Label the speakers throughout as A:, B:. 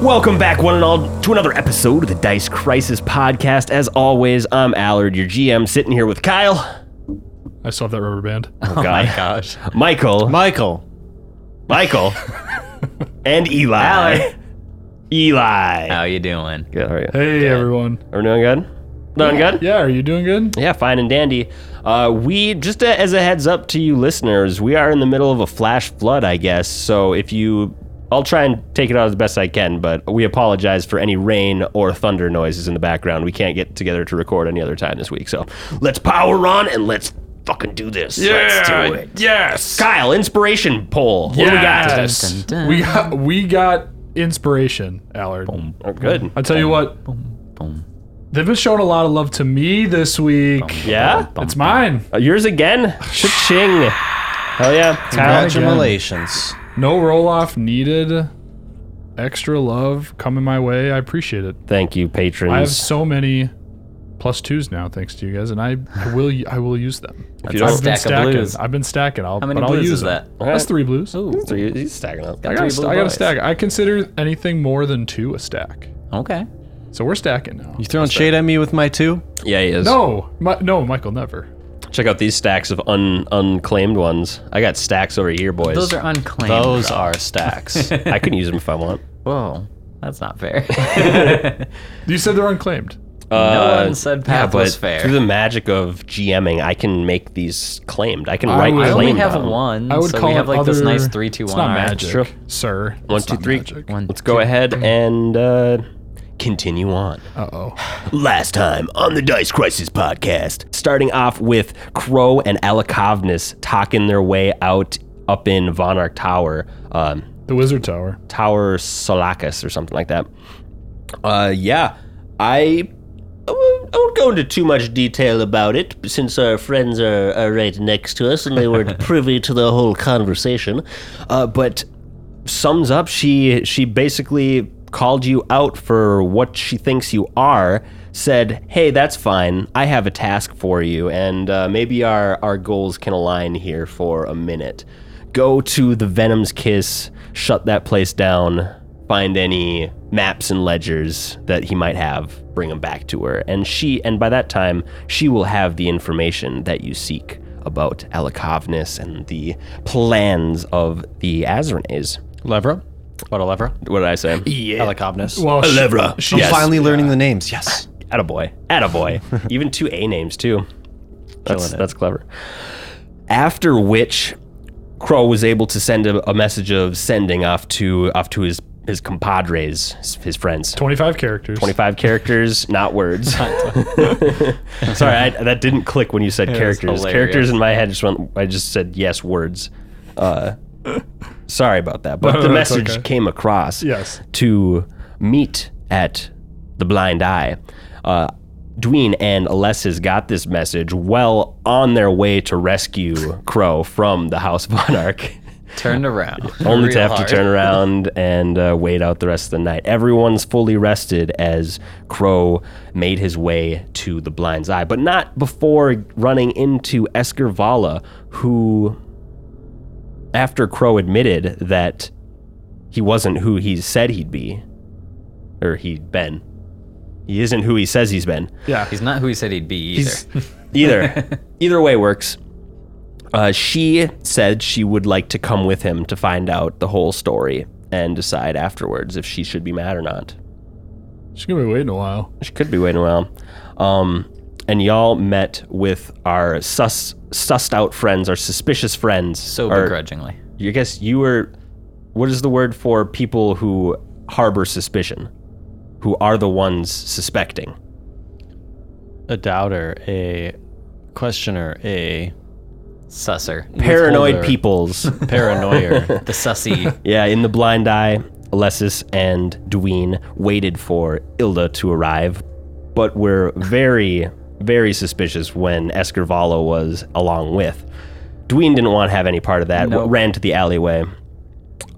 A: Welcome back, one and all, to another episode of the Dice Crisis Podcast. As always, I'm Allard, your GM, sitting here with Kyle.
B: I still have that rubber band.
A: Oh, God.
C: Gosh.
A: Michael.
C: Michael.
A: Michael. and Eli.
C: Allard.
A: Eli.
C: How you doing?
A: Good, how are you?
B: Hey everyone.
A: Everyone doing good? Doing good?
B: Yeah, are you doing good?
A: Yeah, fine and dandy. Uh, we just a, as a heads up to you listeners, we are in the middle of a flash flood, I guess. So if you, I'll try and take it out as best I can, but we apologize for any rain or thunder noises in the background. We can't get together to record any other time this week, so let's power on and let's fucking do this. let's do it.
B: Yes.
A: Kyle, inspiration poll. What
B: yes.
C: Dun, dun, dun.
B: We got we got inspiration, Allard.
A: do we got? Oh, Good.
B: I tell you what,
C: Boom.
B: they've been showing a lot of love to me this week.
A: Yeah?
C: Boom,
B: It's
C: boom.
B: mine.
A: Uh, yours again? Cha-ching. Hell yeah. Kyle,
D: Congratulations.
B: No roll off needed. Extra love coming my way. I appreciate it.
A: thank you, patrons.
B: I have so many plus twos now, thanks to you guys, and I, I will I will use them.
A: If you don't-
B: I've
C: That's
B: been
C: Stack of
B: stacking.
C: blues.
B: I've been stacking. I'll,
C: How many
B: but I'll
C: blues
B: use
C: is that?
B: them. That's three blues.
A: So you- He's stacking up.
B: I
C: Three
B: got, a st-
C: blue
B: I got a
C: boys.
B: stack. I consider anything more than two a stack.
C: Okay.
B: So we're stacking now.
D: You throwing shade at me with my two?
A: Yeah, he is.
B: No, my, no, Michael, never.
A: Check out these stacks of un, unclaimed ones. I got stacks over here, boys.
C: Those are unclaimed.
D: Those are stacks.
A: I can use them if I want.
C: Whoa. That's not fair.
B: You said they're unclaimed.
C: no
A: Uh,
C: one said
A: yeah,
C: path
A: but
C: was fair.
A: through the magic of GMing, I can make these claimed. I can
B: I
A: write
B: would-
C: I
A: claim.
C: only have
A: down.
C: one.
B: I would
C: so
B: call
C: we have
B: it
C: like this
B: other-
C: nice three, two,
B: It's
C: one.
B: not
C: all right.
B: magic,
A: True.
B: sir.
A: One, two, three.
C: One,
A: Let's go ahead and uh, continue on.
B: Uh oh.
A: Last time on the Dice Crisis podcast, starting off with Crow and Alakovnis talking their way out up in Vonark Tower. Um,
B: The Wizard Tower.
A: Tower Solakis or something like that. Uh, yeah, I, I won't, I won't go into too much detail about it since our friends are, are right next to us and they weren't privy to the whole conversation. Uh, but sums up, she she basically called you out for what she thinks you are. Said, "Hey, that's fine. I have a task for you, and uh, maybe our our goals can align here for a minute. Go to the Venom's Kiss, shut that place down." find any maps and ledgers that he might have, bring them back to her. And she, and by that time, she will have the information that you seek about Alakovnis and the plans of the Azranes.
D: Levra? What a Levra?
A: What did I say?
D: Yeah. Helicopnus.
B: Well, she-
A: Alevra.
B: She,
A: Yes.
D: Finally learning the names. Yes.
A: Attaboy. Attaboy. Even two A names, too. That's, that's clever. After which, Crow was able to send a, a message of sending off to off to his, his compadres, his, his friends.
B: 25 characters.
A: 25 characters, not words. Sorry, I, that didn't click when you said characters.
C: hilarious.
A: Characters in my head just went, I just said yes, words. Uh, sorry about that. But
B: No,
A: the
B: no, it's
A: message
B: okay.
A: came across
B: Yes.
A: to meet at the Blind Eye. Uh, Dween and Alessis got this message well on their way to rescue Crow from the House of Monarch
C: Turned around.
A: only to
C: Real
A: have
C: hard.
A: to turn around and uh, wait out the rest of the night. Everyone's fully rested as Crow made his way to the Blind's Eye, but not before running into Eskervala, who, after Crow admitted that he wasn't who he said he'd be, or he'd been, he isn't who he says he's been
B: Yeah.
C: He's not who he said he'd be either.
A: either either way works uh, she said she would like to come with him to find out the whole story and decide afterwards if she should be mad or not
B: She's going to be waiting a while.
A: she could be waiting well um, and y'all met with our sus sussed out friends our suspicious friends
C: So
A: our-
C: begrudgingly.
A: i guess you were what is the word for people who harbor suspicion who are the ones suspecting
D: A doubter, a questioner, a
C: Susser.
A: paranoid
D: Withholder.
A: peoples
D: paranoia.
C: The sussy.
A: Yeah, in the blind eye, Alessis and Dween waited for Ilda to arrive, but were very, very suspicious when Escarvallo was along with. Dween didn't want to have any part of that,
C: Nope.
A: ran to the alleyway.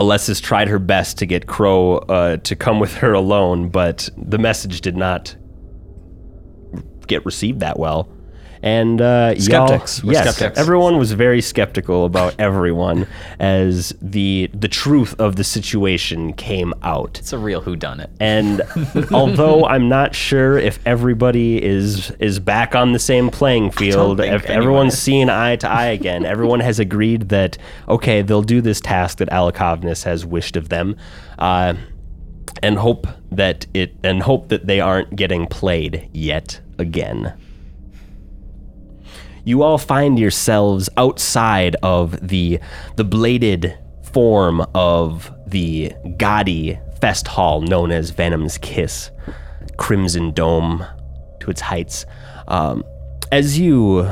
A: Alessis tried her best to get Crow uh, to come with her alone, but the message did not get received that well. And uh, y'all-
D: Skeptics. We're
A: yes,
D: skeptics.
A: everyone was very skeptical about everyone as the the truth of the situation came out.
C: It's a real whodunit.
A: And although I'm not sure if everybody is is back on the same playing field,
C: think
A: if
C: anyone
A: everyone's
C: is.
A: seeing eye to eye again, everyone has agreed that okay, they'll do this task that Alakovnis has wished of them, uh, and hope that it and hope that they aren't getting played yet again you all find yourselves outside of the the bladed form of the gaudy fest hall known as Venom's Kiss, crimson dome to its heights. Um, as you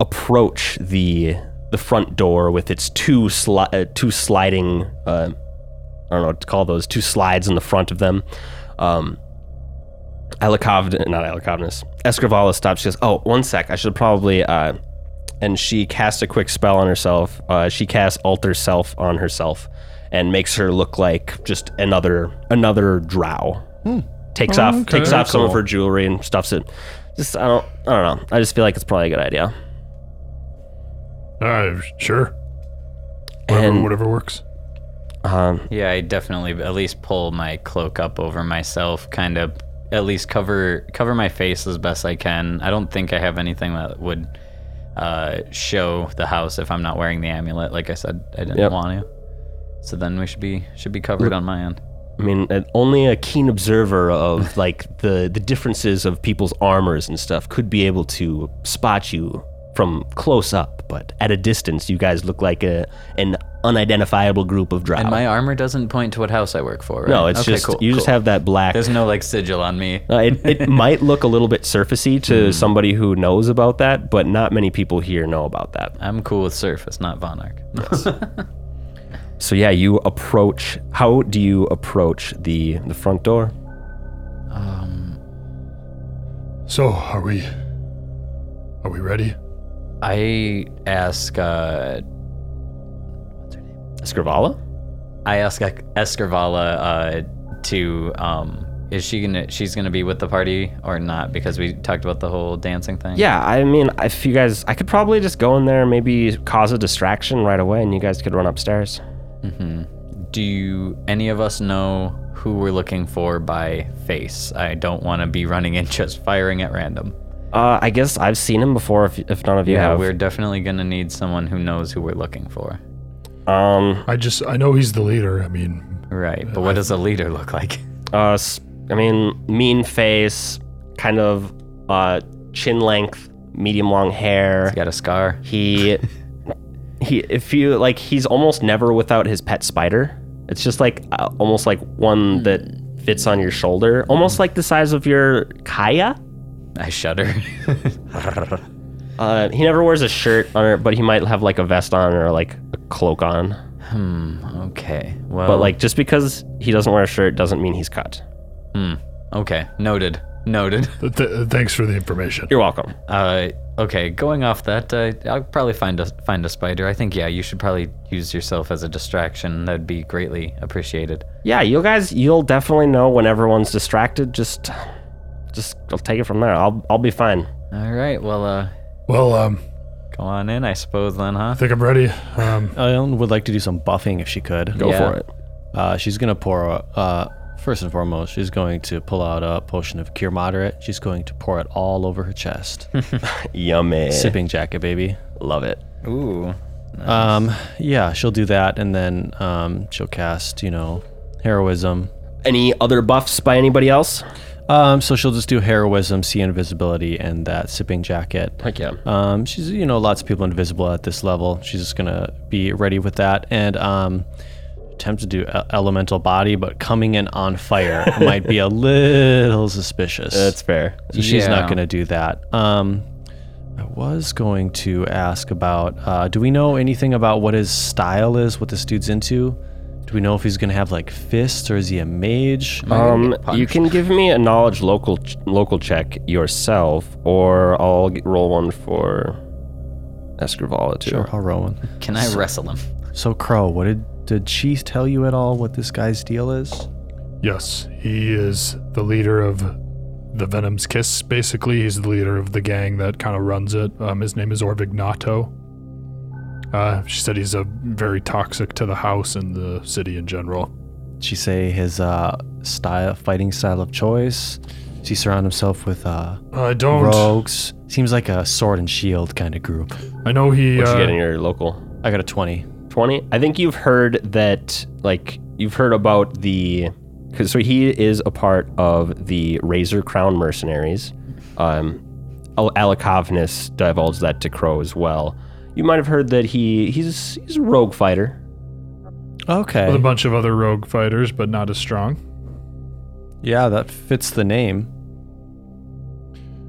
A: approach the the front door with its two sli- uh, two sliding uh, I don't know what to call those two slides in the front of them. Um, Alikovd, not Alikovnis. Escrivala stops. She goes, "Oh, one sec. I should probably." Uh, and she casts a quick spell on herself. Uh, she casts Alter Self on herself, and makes her look like just another another Drow. Takes
B: Oh,
A: off
B: okay.
A: takes off some of
B: Cool.
A: her jewelry and stuffs it. Just I don't I don't know. I just feel like it's probably a good idea.
B: Uh, sure. Whatever,
A: And-
B: whatever works.
A: Um,
C: Yeah, I definitely at least pull my cloak up over myself, kind of at least cover cover my face as best I can. I don't think I have anything that would uh, show the house if I'm not wearing the amulet. Like I said, I didn't
A: Yep.
C: want to. So then we should be should be covered on my end.
A: I mean, uh, only a keen observer of like the the differences of people's armors and stuff could be able to spot you from close up, but at a distance, you guys look like a an unidentifiable group of drow.
C: And my armor doesn't point to what house I work for. Right?
A: no, it's
C: Okay,
A: just
C: cool,
A: you just
C: cool.
A: have that black.
C: There's no like sigil on me.
A: Uh, it, it might look a little bit surfacey to somebody who knows about that, but not many people here know about that.
C: I'm cool with surface, not Vonarch.
A: So yeah, you approach. How do you approach the the front door?
B: So, are we? Are we ready?
C: I ask uh,
A: Scrivala?
C: I ask Escarvala uh, to um, is she gonna she's gonna be with the party or not because we talked about the whole dancing thing.
A: Yeah, I mean, if you guys, I could probably just go in there, and maybe cause a distraction right away, and you guys could run upstairs.
C: Do you, any of us know who we're looking for by face? I don't want to be running and just firing at random.
A: Uh, I guess I've seen him before. If, if none of you have,
C: we're definitely gonna need someone who knows who we're looking for.
A: um,
B: I just I know he's the leader. I mean,
C: Right, but what does a leader look like?
A: uh, s- I mean, mean face, kind of, uh, chin length, medium long hair.
C: He's got a scar.
A: He, he, if you like, he's almost never without his pet spider. It's just like uh, almost like one that fits on your shoulder, almost like the size of your kaya.
C: I shudder.
A: Uh, he never wears a shirt on, or, but he might have like a vest on or like a cloak on.
C: okay. Well,
A: But like, just because he doesn't wear a shirt doesn't mean he's cut.
C: okay, noted, noted.
B: th- th- thanks for the information.
A: You're welcome.
C: Uh, okay, going off that, uh, I'll probably find a find a spider. I think yeah, you should probably use yourself as a distraction. That'd be greatly appreciated.
A: Yeah, you guys, you'll definitely know when everyone's distracted. Just, just I'll take it from there. I'll, I'll be fine.
C: All right, well, uh,
B: Well, um,
C: go on in, I suppose then, huh?
B: I think I'm ready. Um,
D: Ellen would like to do some buffing if she could.
A: Go
C: Yeah.
A: for it.
D: Uh, she's gonna pour. a- Uh, first and foremost, she's going to pull out a potion of cure moderate. She's going to pour it all over her chest.
A: Yummy.
D: Sipping jacket, baby.
A: Love it.
C: Ooh,
D: Um, yeah, she'll do that, and then um, she'll cast, you know, heroism.
A: Any other buffs by anybody else?
D: Um, so she'll just do heroism, see invisibility, and that sipping jacket.
A: Heck yeah.
D: Um, she's, you know, lots of people invisible at this level. She's just gonna be ready with that and um, attempt to do e- elemental body, but coming in on fire might be a little suspicious.
A: That's fair.
D: so she's
C: Yeah.
D: not gonna do that. Um, I was going to ask about. Uh, do we know anything about what his style is? What this dude's into? Do we know if he's gonna have like fists or is he a mage?
A: Um,
C: get punched.
A: you can give me a knowledge local ch- local check yourself, or I'll g roll one for Escrivala too.
D: Sure, I'll roll one.
C: can I wrestle him?
D: So Crow, what did did she tell you at all what this guy's deal is?
B: yes, he is the leader of the Venom's Kiss, basically. He's the leader of the gang that kind of runs it. Um, his name is Orvignato. Uh, she said he's a very toxic to the house and the city in general.
D: She say his uh, style, fighting style of choice. She surround himself with uh,
B: I don't.
D: rogues. Seems like a sword and shield kind of group.
B: I know he.
A: What you
B: Uh,
A: get in your local?
D: I got a twenty.
A: 20 i think you've heard that like you've heard about the 'cause- so he is a part of the razor crown mercenaries um Al- Alakovnis divulged that to crow as well you might have heard that he he's he's a rogue fighter
D: Okay. eh?
B: with a bunch of other rogue fighters, but not as strong.
D: Yeah, that fits the name.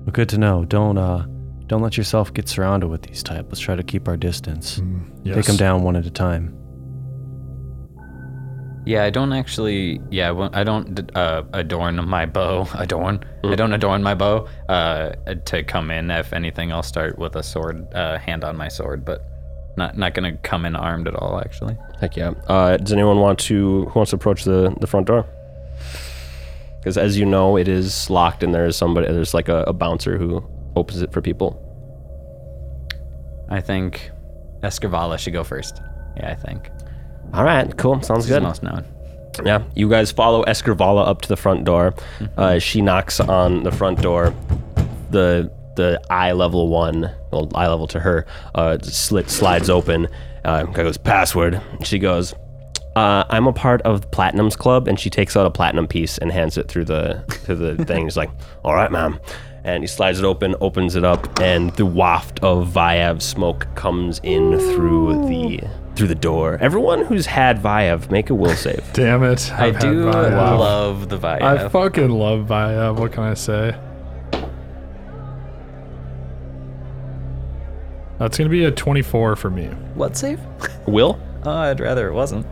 D: Well, good to know. Don't uh, don't let yourself get surrounded with these type. Let's try to keep our distance.
A: Mm,
B: Yes.
D: Take them down one at a time.
C: Yeah, I don't actually. Yeah, I won't- I don't uh, adorn my bow. Adorn. I don't adorn my bow uh, to come in. If anything, I'll start with a sword, uh, hand on my sword, but not not gonna come in armed at all. Actually,
A: heck yeah uh does anyone want to who wants to approach the the front door because as you know it is locked and there's somebody there's like a, a bouncer who opens it for people
C: I think Escavala should go first. Yeah, I think.
A: all right cool sounds
C: He's
A: good
C: most known.
A: Yeah, you guys follow Escarvala up to the front door. Uh, she knocks on the front door. The the eye level one, well, eye level to her, uh, slit slides open. Uh, guy goes password. She goes, uh, "I'm a part of Platinum's club," and she takes out a platinum piece and hands it through the through the thing. She's like, "All right, ma'am." And he slides it open, opens it up, and the waft of Viav smoke comes in through the through the door. Everyone who's had Viav, make a will save.
B: Damn it!
C: I
B: I've had
C: do
B: Viav.
C: love the vibe.
B: I fucking love Viav. What can I say? That's gonna be a 24 for me.
C: what save?
A: Will?
C: Oh, I'd rather it wasn't.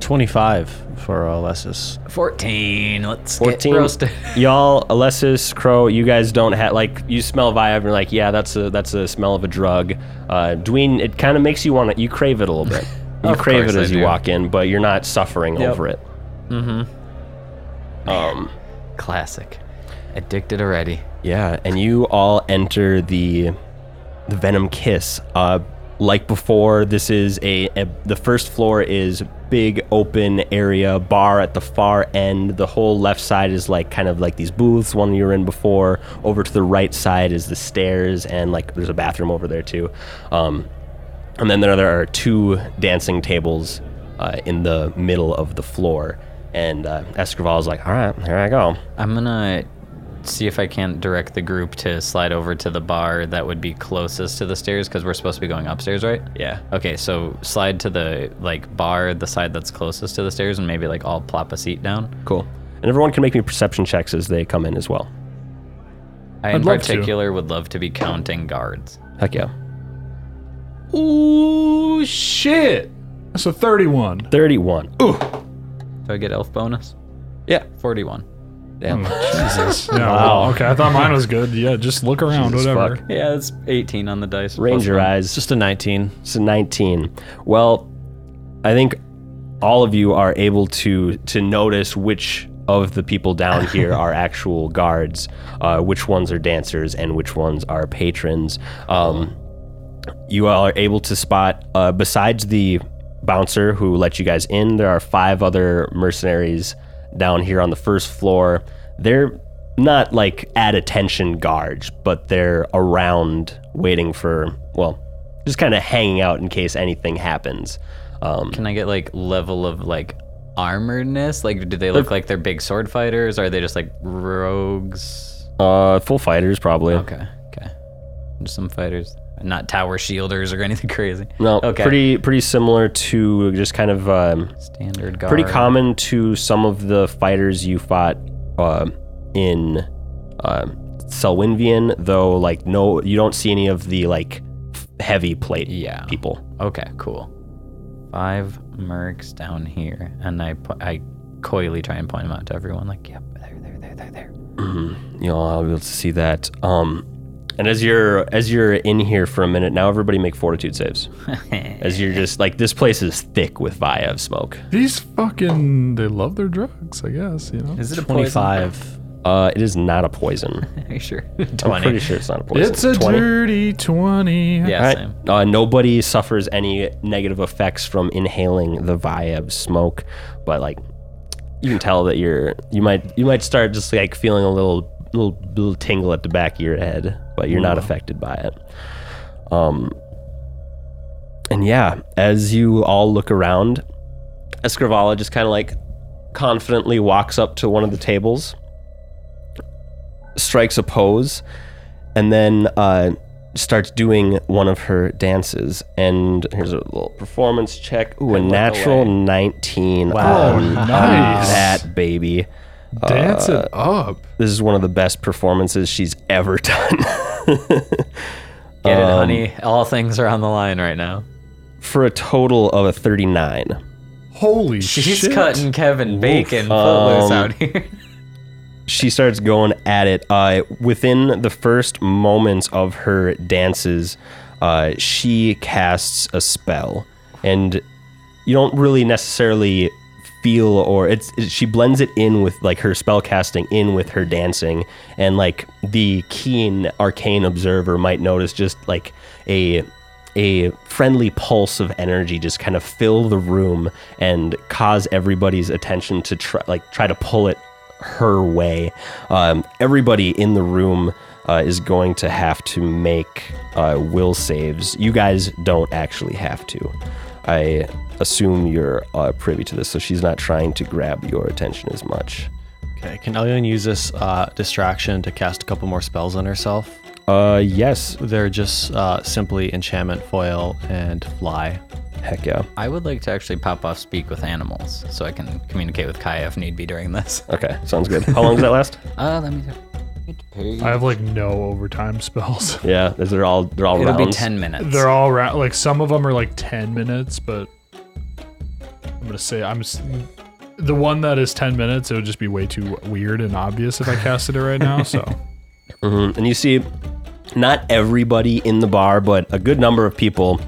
D: Twenty-five for Alessis.
C: 14. Let's
A: 14.
C: get roasted.
A: Y'all, Alessis, Crow, you guys don't have, like, you smell Viav and you're like, yeah, that's a that's a smell of a drug. Uh, Dween, it kind of makes you want to, you crave it a little bit. You
C: Of
A: crave it
C: course I
A: as you
C: do.
A: walk in, but you're not suffering
C: Yep.
A: over it.
C: Classic. Addicted already.
A: Yeah, and you all enter the the Venom Kiss. Uh, like before, this is a, a the first floor is big open area bar at the far end. The whole left side is like kind of like these booths one you were in before. Over to the right side is the stairs and like there's a bathroom over there too. Um, and then there, there are two dancing tables uh, in the middle of the floor. And uh, Escrival's like, all right, here I go.
C: I'm gonna see if I can't direct the group to slide over to the bar that would be closest to the stairs because we're supposed to be going upstairs, right?
A: Yeah.
C: Okay, so slide to the like bar, the side that's closest to the stairs, and maybe like I'll plop a seat down.
A: Cool. And everyone can make me perception checks as they come in as well.
C: I, in
B: I'd love to.
C: particular, would love to be counting guards.
A: Heck yeah.
B: Ooh shit! That's a 31.
A: 31. Ooh.
C: Do I get elf bonus?
A: Yeah.
C: 41.
A: Damn.
B: Jesus. Yeah, wow. Okay, I thought mine was good. Yeah, just look around.
A: Jesus
B: whatever.
A: fuck.
C: Yeah, it's 18 on the dice. plus
A: Ranger
C: one.
A: eyes.
D: It's
A: Just
D: just a nineteen.
A: it's a 19. Well, I think all of you are able to to notice which of the people down here are actual guards, uh, which ones are dancers, and which ones are patrons. Um, you all are able to spot uh, besides the bouncer who let you guys in there are five other mercenaries down here on the first floor they're not like at attention guards but they're around waiting for well just kind of hanging out in case anything happens um,
C: Can I get like level of like armoredness? Like, do they look like they're big sword fighters? Or are they just like rogues?
A: uh, full fighters probably
C: Okay, okay. Just some fighters, not tower shielders or anything crazy.
A: no
C: okay.
A: pretty pretty similar to just kind of um,
C: standard guard.
A: pretty common to some of the fighters you fought uh, in uh, Selwynvian, though. Like, no, you don't see any of the like f- heavy plate
C: Yeah.
A: people.
C: Okay, cool. Five mercs down here, and I po- I coyly try and point them out to everyone. Like, yep, there, there, there, there, there.
A: You'll all be able to see that. Um, and as you're as you're in here for a minute now, everybody make fortitude saves. as you're just like this place is thick with Via of smoke.
B: These fucking they love their drugs, I guess, you know.
C: Is it a poison?
D: Twenty-five.
A: Uh, it is not a poison.
C: Are you sure?
A: I'm pretty sure it's not a poison.
B: It's a
A: 20.
B: dirty 20.
C: Yeah,
A: All right.
C: same.
A: Uh, nobody suffers any negative effects from inhaling the vibe smoke, but like you can tell that you're you might you might start just like feeling a little little little tingle at the back of your head, but you're
C: Mm.
A: not affected by it. Um, and yeah, as you all look around, Escrivala just kind of like confidently walks up to one of the tables, strikes a pose, and then uh, starts doing one of her dances. And here's a little performance check. Ooh, a natural 19
D: Wow.
A: on, on
B: nice.
A: that baby.
B: Dance it up.
A: This is one of the best performances she's ever done.
C: Get it,
A: Um,
C: honey. All things are on the line right now.
A: For a total of a 39.
B: Holy
C: She's
B: shit.
C: cutting Kevin Bacon
A: Um,
C: footloose out here.
A: she starts going at it. Uh, within the first moments of her dances, uh, she casts a spell, and you don't really necessarily feel or it's it- she blends it in with like her spell casting in with her dancing and like the keen arcane observer might notice just like a a friendly pulse of energy just kind of fill the room and cause everybody's attention to try like try to pull it her way um, everybody in the room uh, is going to have to make uh, will saves you guys don't actually have to I assume you're uh, privy to this, so she's not trying to grab your attention as much.
D: Okay, can Elion use this uh, distraction to cast a couple more spells on herself?
A: Uh, yes.
D: They're just uh, simply enchantment, foil, and fly.
A: Heck yeah.
C: I would like to actually pop off speak with animals so I can communicate with Kaya if need be during this.
A: Okay, sounds good. How long does that last?
C: Uh, let me.
B: I have like no overtime spells.
A: Yeah, is they're all they're all
C: It'll be
A: rounds.
C: ten minutes.
B: They're all ra- like some of them are like 10 minutes, but I'm gonna say I'm s- the one that is 10 minutes. It would just be way too weird and obvious if I casted it right now. So
A: Mhm. And you see, not everybody in the bar, but a good number of people,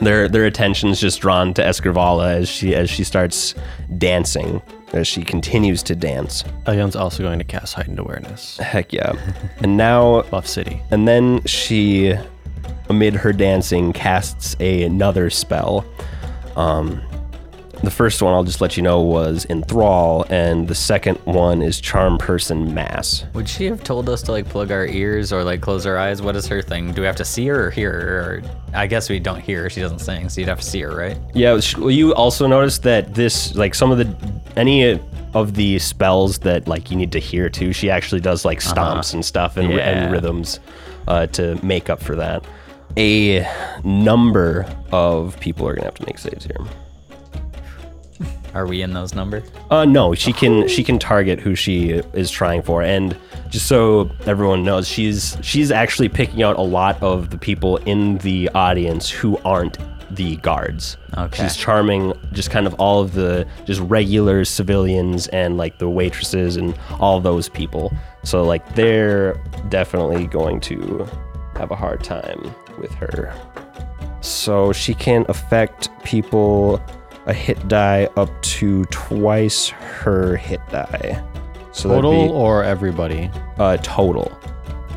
A: their their attention's just drawn to Escrivala as she as she starts dancing, as she continues to dance.
D: Elion's also going to cast heightened awareness.
A: Heck yeah. And now
D: Buff City.
A: And then she, amid her dancing, casts a, another spell. Um, the first one, I'll just let you know, was Enthrall, and the second one is Charm Person Mass.
C: Would she have told us to like plug our ears or like close our eyes? What is her thing? Do we have to see her or hear her? Or I guess we don't hear her. She doesn't sing, so you'd have to see her, right?
A: Yeah, sh- well, you also notice that this, like some of the, any of the spells that like you need to hear too, she actually does like stomps and stuff and,
C: Yeah.
A: and rhythms uh, to make up for that. A number of people are gonna have to make saves here.
C: Are we in those numbers?
A: Uh, no, she can she can target who she is trying for, and just so everyone knows, she's she's actually picking out a lot of the people in the audience who aren't the guards.
C: Okay.
A: She's charming just kind of all of the just regular civilians and like the waitresses and all those people. So like they're definitely going to have a hard time with her. So she can affect people a hit die up to twice her hit die. So that'd
D: Total
A: be-
D: or everybody?
A: uh, total.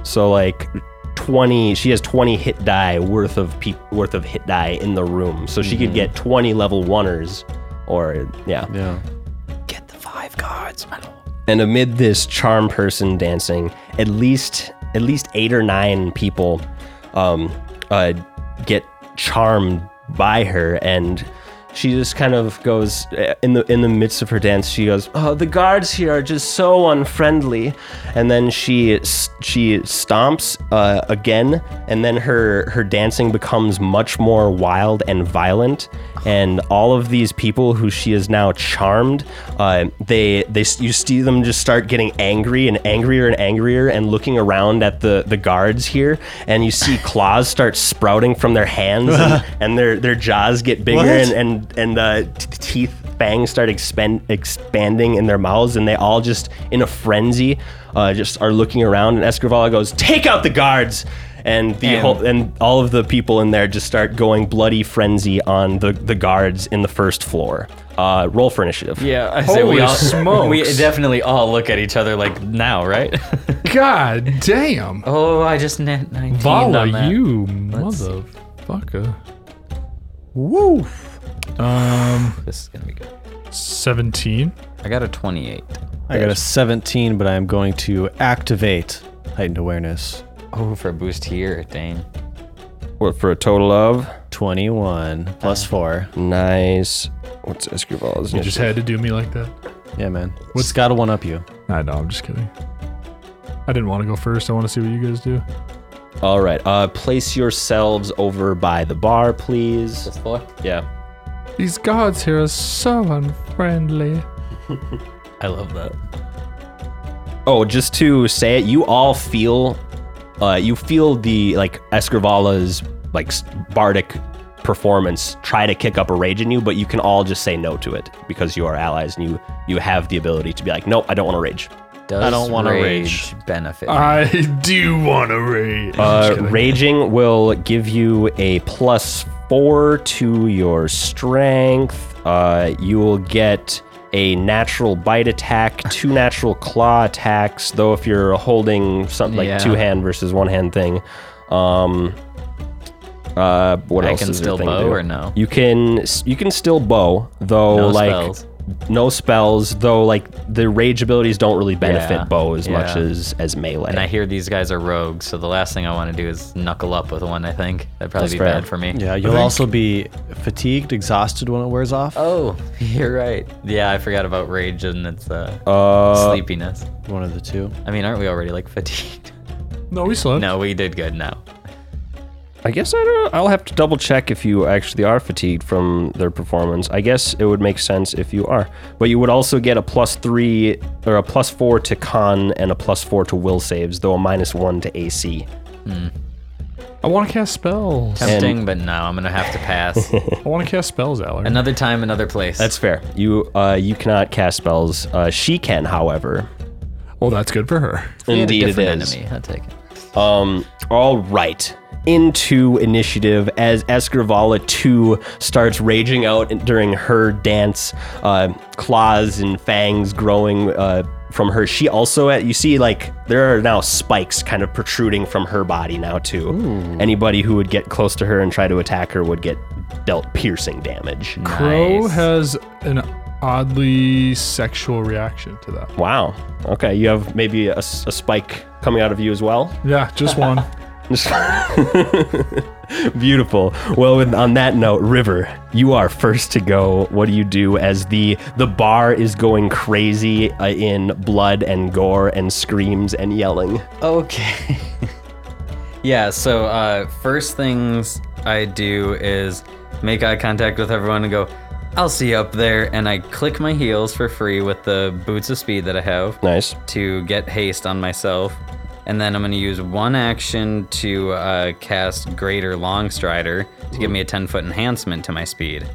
A: So like twenty, she has twenty hit die worth of peop worth of hit die in the room. So she could get twenty level oneers, or yeah.
D: Yeah.
C: Get the five cards, man.
A: And amid this charm person dancing, at least at least eight or nine people um, uh, get charmed by her, and she just kind of goes eh, in the in the midst of her dance. She goes, "Oh, the guards here are just so unfriendly," and then she s- she stomps uh, again, and then her her dancing becomes much more wild and violent, and all of these people who she is now charmed, uh, they they you see them just start getting angry and angrier and angrier and looking around at the the guards here, and you see claws start sprouting from their hands and, and their their jaws get bigger
D: What?
A: and and and uh, t- teeth fangs start expand, expanding in their mouths, and they all just in a frenzy uh, just are looking around. And Escrivala goes, "Take out the guards!" and the
C: And-
A: whole and all of the people in there just start going bloody frenzy on the the guards in the first floor. Uh, roll for initiative.
C: Yeah, I say we
B: Holy
C: all we
B: smokes.
C: definitely all look at each other like now, right?
B: God damn.
C: oh, I just net 19 on
B: Vala,
C: that.
B: you motherfucker. Woo. Um,
C: This is gonna be good.
B: 17.
C: I got a 28.
D: I got a 17, but I am going to activate heightened awareness.
C: Oh, for a boost here, dang.
A: What, for a total of
D: 21 plus 4.
A: nice. What's Escrival's
B: You just had to do me like that.
D: Yeah, man. What's got to one up you?
B: I know, I'm just kidding. I didn't want to go first. I want to see what you guys do.
A: All right. Uh, place yourselves over by the bar, please.
C: Plus four.
A: Yeah.
B: These guards here are so unfriendly.
C: I love that.
A: Oh, just to say it, you all feel, uh, you feel the like Escrivala's like s- bardic performance try to kick up a rage in you, but you can all just say no to it because you are allies and you you have the ability to be like, nope, I don't want to rage.
C: Does
D: don't wanna
C: rage, benefit.
B: I do want to rage.
A: Uh, raging will give you a plus four to your strength. Uh, you will get a natural bite attack, two natural claw attacks, though if you're holding something like
C: Yeah.
A: two hand versus one hand thing. Um, uh, what
C: I
A: else
C: can
A: does your
C: still
A: thing
C: bow
A: do?
C: or no?
A: You can you can still bow though
C: No
A: like
C: spells.
A: no spells though like the rage abilities don't really benefit
C: Yeah,
A: bow as much
C: yeah.
A: as as melee.
C: And I hear these guys are rogues, so the last thing I want to do is knuckle up with one. I think that'd probably
A: That's
C: be
A: fair.
C: bad for me.
D: Yeah, you'll also be fatigued, exhausted when it wears off.
C: Oh, you're right. Yeah, I forgot about rage and its uh,
A: uh,
C: sleepiness.
D: One of the two.
C: I mean, aren't we already like fatigued?
B: no, we slept.
C: no, we did good now.
A: I guess I don't, I'll have to double check if you actually are fatigued from their performance. I guess it would make sense if you are, but you would also get a plus three or a plus four to con and a plus four to will saves, though a minus one to AC.
B: I want to cast spells.
C: Tempting, but no, I'm gonna have to pass.
B: I want to cast spells, Aller.
C: another time, another place.
A: That's fair. You uh, you cannot cast spells. Uh, she can, however.
B: Well, that's good for her.
C: We had a
A: Indeed, it
C: different
A: is.
C: enemy. I'll take it.
A: Um, all right. Into initiative as Escrivala 2 starts raging out during her dance, uh, claws and fangs growing uh, from her. She also, uh, you see, like, there are now spikes kind of protruding from her body now, too. Anybody who would get close to her and try to attack her would get dealt piercing damage.
B: Crow
C: Nice.
B: has an oddly sexual reaction to that.
A: Wow. Okay, you have maybe a, s- a spike coming out of you as well.
B: Yeah, just one.
A: Beautiful. Well, with, on that note, River, you are first to go. What do you do as the the bar is going crazy uh, in blood and gore and screams and yelling?
C: Okay. yeah, so uh, first things I do is make eye contact with everyone and go, I'll see you up there. And I click my heels for free with the boots of speed that I have
A: Nice.
C: to get haste on myself. And then I'm going to use one action to uh, cast Greater Longstrider to give me a 10 foot enhancement to my speed.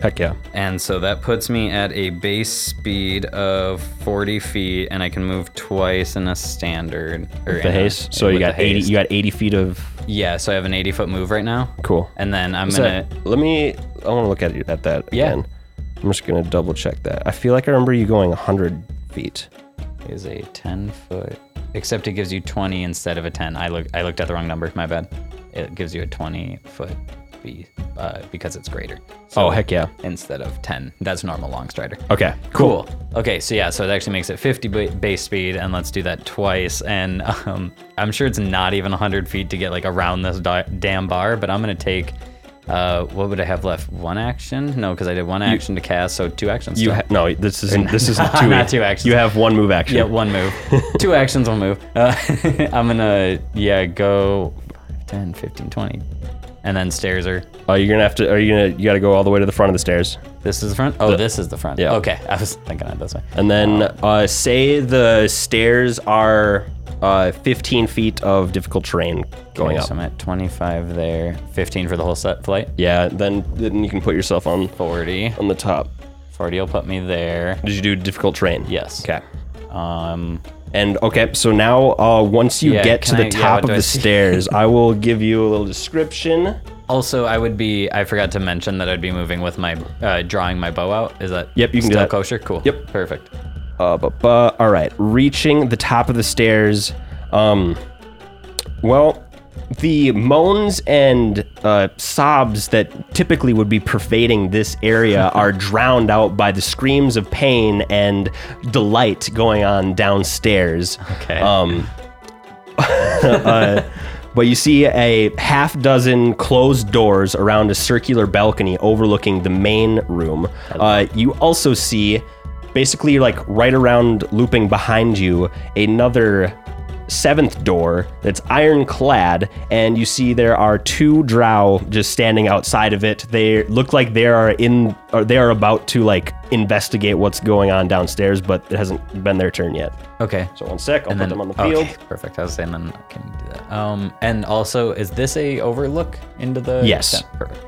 A: Heck yeah.
C: And so that puts me at a base speed of 40 feet, and I can move twice in a standard. Or in
A: The
C: a-
A: haste. So
C: with
A: you
C: the
A: got eighty.
C: haste.
A: You got eighty feet of
C: Yeah, so I have an 80 foot move right now.
A: cool.
C: And then I'm
A: So,
C: gonna.
A: let me. I want to look at you at that
C: Yeah.
A: again. I'm just gonna double check that. I feel like I remember you going hundred feet.
C: Is a 10 foot. Except it gives you 20 instead of a 10. I look. I looked at the wrong number. My bad. It gives you a 20 foot be, uh, because it's greater. So
A: oh heck yeah.
C: Instead of 10. That's normal long strider.
A: Okay.
C: Cool. Okay, so yeah, so it actually makes it 50 ba- base speed, and let's do that twice. And um, I'm sure it's not even 100 feet to get like around this di- damn bar, but I'm gonna take. Uh, what would I have left? One action? No, because I did one action to cast, so two actions.
A: You
C: still.
A: ha- no. This isn't. This isn't two.
C: Not two actions.
A: You have one move action.
C: yeah, one move. two actions, one move. Uh, I'm gonna yeah go 5, 10, 15, 20, and then stairs are.
A: Oh, you're gonna have to. Are you gonna? You gotta go all the way to the front of the stairs.
C: This is the front. Oh, this is the front.
A: yeah.
C: Okay, I was thinking of it this way.
A: And then uh, say the stairs are uh, 15 feet of difficult terrain going
C: Okay,
A: up.
C: So I'm at 25 there. 15 for the whole set flight.
A: Yeah, then then you can put yourself on
C: 40.
A: on the top.
C: 40 will put me there.
A: Did you do difficult terrain?
C: Yes.
A: Okay.
C: Um,
A: And okay, so now uh, once you
C: Yeah,
A: get to
C: can
A: the
C: I- yeah,
A: top
C: what do
A: of
C: I
A: the
C: see?
A: stairs, I will give you a little description.
C: Also, I would be. I forgot to mention that I'd be moving with my uh, drawing my bow out. Is that
A: Yep, you can do
C: still
A: that.
C: kosher? Cool.
A: Yep.
C: Perfect.
A: Uh, but, but all right, reaching the top of the stairs. Um, well, the moans and uh, sobs that typically would be pervading this area are drowned out by the screams of pain and delight going on downstairs.
C: Okay.
A: Um, uh, but you see a half dozen closed doors around a circular balcony overlooking the main room. Uh, you also see, basically, like right around looping behind you, another seventh door that's ironclad and you see there are two drow just standing outside of it they look like they are in or they are about to like investigate what's going on downstairs but it hasn't been their turn yet
C: okay.
A: so one sec i'll put them on the field
C: Okay, perfect. I was saying then can you do that. Um, and also, is this a overlook into the?
A: Yes.
C: Yeah, perfect.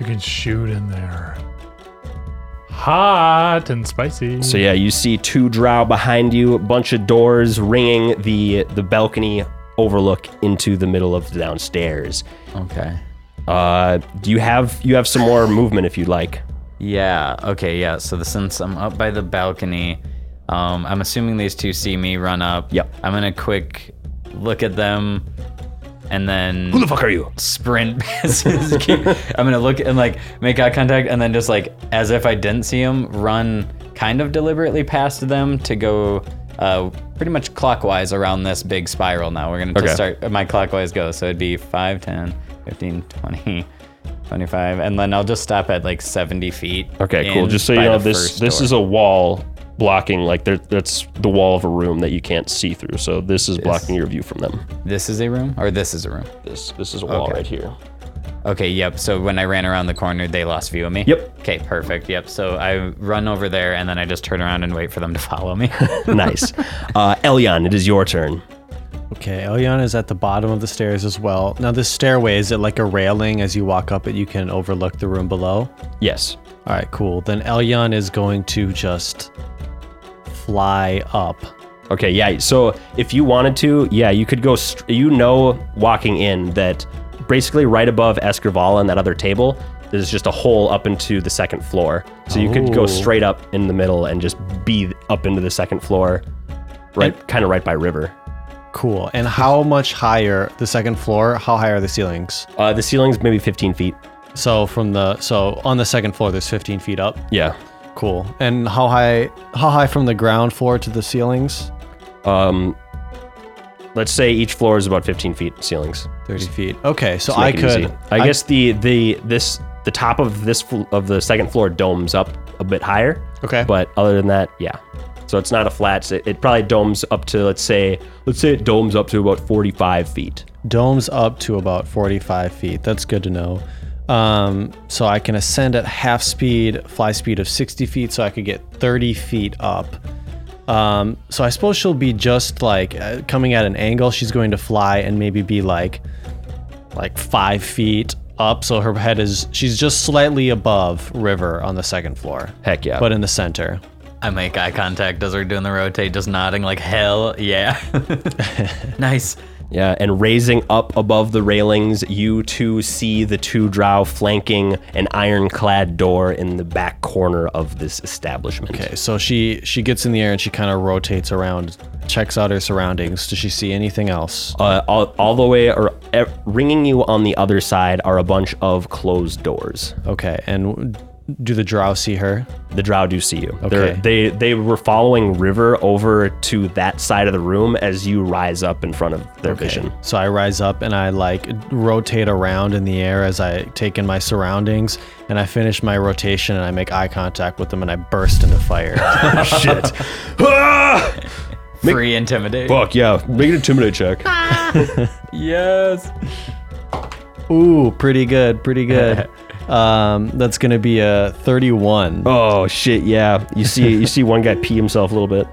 B: You can shoot in there. Hot and spicy.
A: So yeah, you see two drow behind you, a bunch of doors ringing the the balcony overlook into the middle of the downstairs.
C: Okay.
A: Uh, do you have you have some more movement if you'd like?
C: Yeah. Okay. Yeah. So the, since I'm up by the balcony, um, I'm assuming these two see me run up.
A: Yep.
C: I'm gonna quick look at them, and then
A: Who the fuck are you?
C: sprint passes. Keep- I'm gonna look and like make eye contact, and then just like as if I didn't see him, run kind of deliberately past them to go uh, pretty much clockwise around this big spiral. Now we're gonna just
A: Okay.
C: start my clockwise go, so it'd be 5, 10, 15, 20. 25 and then i'll just stop at like 70 feet
A: Okay, cool.
C: in
A: Just so you
C: by
A: know,
C: the
A: this
C: first
A: this
C: door.
A: is a wall blocking like there, that's the wall of a room that you can't see through. So this is blocking your view from them.
C: this is a room or this is a room
A: This this is a wall
C: Okay.
A: right here.
C: Okay, yep. So when I ran around the corner, they lost view of me.
A: Yep.
C: Okay, perfect. Yep. So I run over there and then I just turn around and wait for them to follow me.
A: nice, uh, Elion, it is your turn.
D: Okay, Eliana is at the bottom of the stairs as well. Now, this stairway is it like a railing as you walk up it? You can overlook the room below.
A: Yes.
D: All right, cool. Then Elyon is going to just fly up.
A: Okay, yeah. So if you wanted to, yeah, you could go. St- you know, walking in that basically right above Escrivala and that other table, there's just a hole up into the second floor. So you could go
D: Oh.
A: straight up in the middle and just be up into the second floor, right, kind of right by river.
D: Cool. And how much higher the second floor? How high are the ceilings?
A: Uh, the ceiling's maybe 15 feet.
D: So from the so on the second floor, there's 15 feet up.
A: Yeah.
D: Cool. And how high? How high from the ground floor to the ceilings?
A: Um, let's say each floor is about 15 feet ceilings.
D: 30 feet. Okay, so
A: to
D: I
A: make it
D: could.
A: easy. I, guess the the this the top of this fl- of the second floor domes up a bit higher.
D: Okay.
A: But other than that, yeah. So it's not a flat. so It, it probably domes up to let's say let's say it domes up to about forty five feet.
D: domes up to about 45 feet. That's good to know. Um, so I can ascend at half speed, fly speed of 60 feet, so I could get 30 feet up. Um, so I suppose she'll be just like uh, coming at an angle. She's going to fly and maybe be like, like five feet up. So her head is she's just slightly above river on the second floor,
A: Heck yeah.
D: but in the center.
C: I make eye contact as we're doing the rotate, just nodding like hell yeah. nice.
A: Yeah, and raising up above the railings, you two see the two drow flanking an ironclad door in the back corner of this establishment.
D: Okay, so she she gets in the air and she kind of rotates around, checks out her surroundings. Does she see anything else?
A: Uh, all, all the way, or e- ringing you on the other side are a bunch of closed doors.
D: Okay, and w- do the drow see her?
A: The drow do see you. They're-
D: Okay.
A: They they were following River over to that side of the room as you rise up in front of their vision.
D: So I rise up and I like rotate around in the air as I take in my surroundings, and I finish my rotation and I make eye contact with them and I burst into fire.
A: Shit.
C: Free intimidate.
A: Fuck yeah. Make an intimidate check.
C: Yes.
D: Ooh, pretty good, pretty good. Um, that's gonna be a 31.
A: Oh shit, yeah. You see you see one guy pee himself a little bit.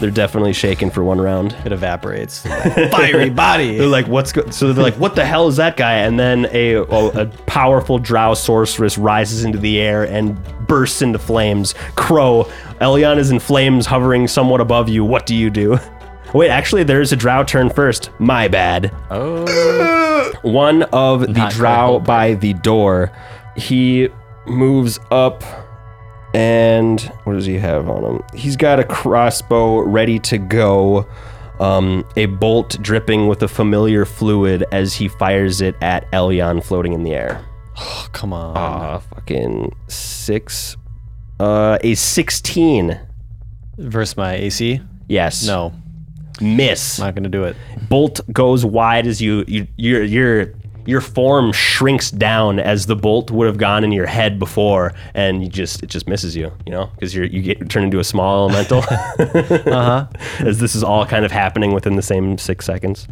A: They're definitely shaken for one round.
D: It evaporates. Fiery body.
A: They're like, what's go-? so? They're like, what the hell is that guy? And then a oh, a powerful drow sorceress rises into the air and bursts into flames. Crow, Elion is in flames, hovering somewhat above you. What do you do? Wait, actually, there is a drow turn first. My bad.
C: Oh,
A: One of the
C: Not
A: drow
C: gonna help.
A: by the door. He moves up and what does he have on him? He's got a crossbow ready to go. Um, a bolt dripping with a familiar fluid as he fires it at Elyon floating in the air.
D: Oh, come on.
A: Uh, fucking six. Uh, a 16.
D: Versus my AC?
A: Yes.
D: No,
A: Miss.
D: not gonna do it.
A: bolt goes wide as you, you your your your form shrinks down as the bolt would have gone in your head before, and you just it just misses you, you know, because you're you get turned into a small elemental. Uh-huh. As this is all kind of happening within the same six seconds.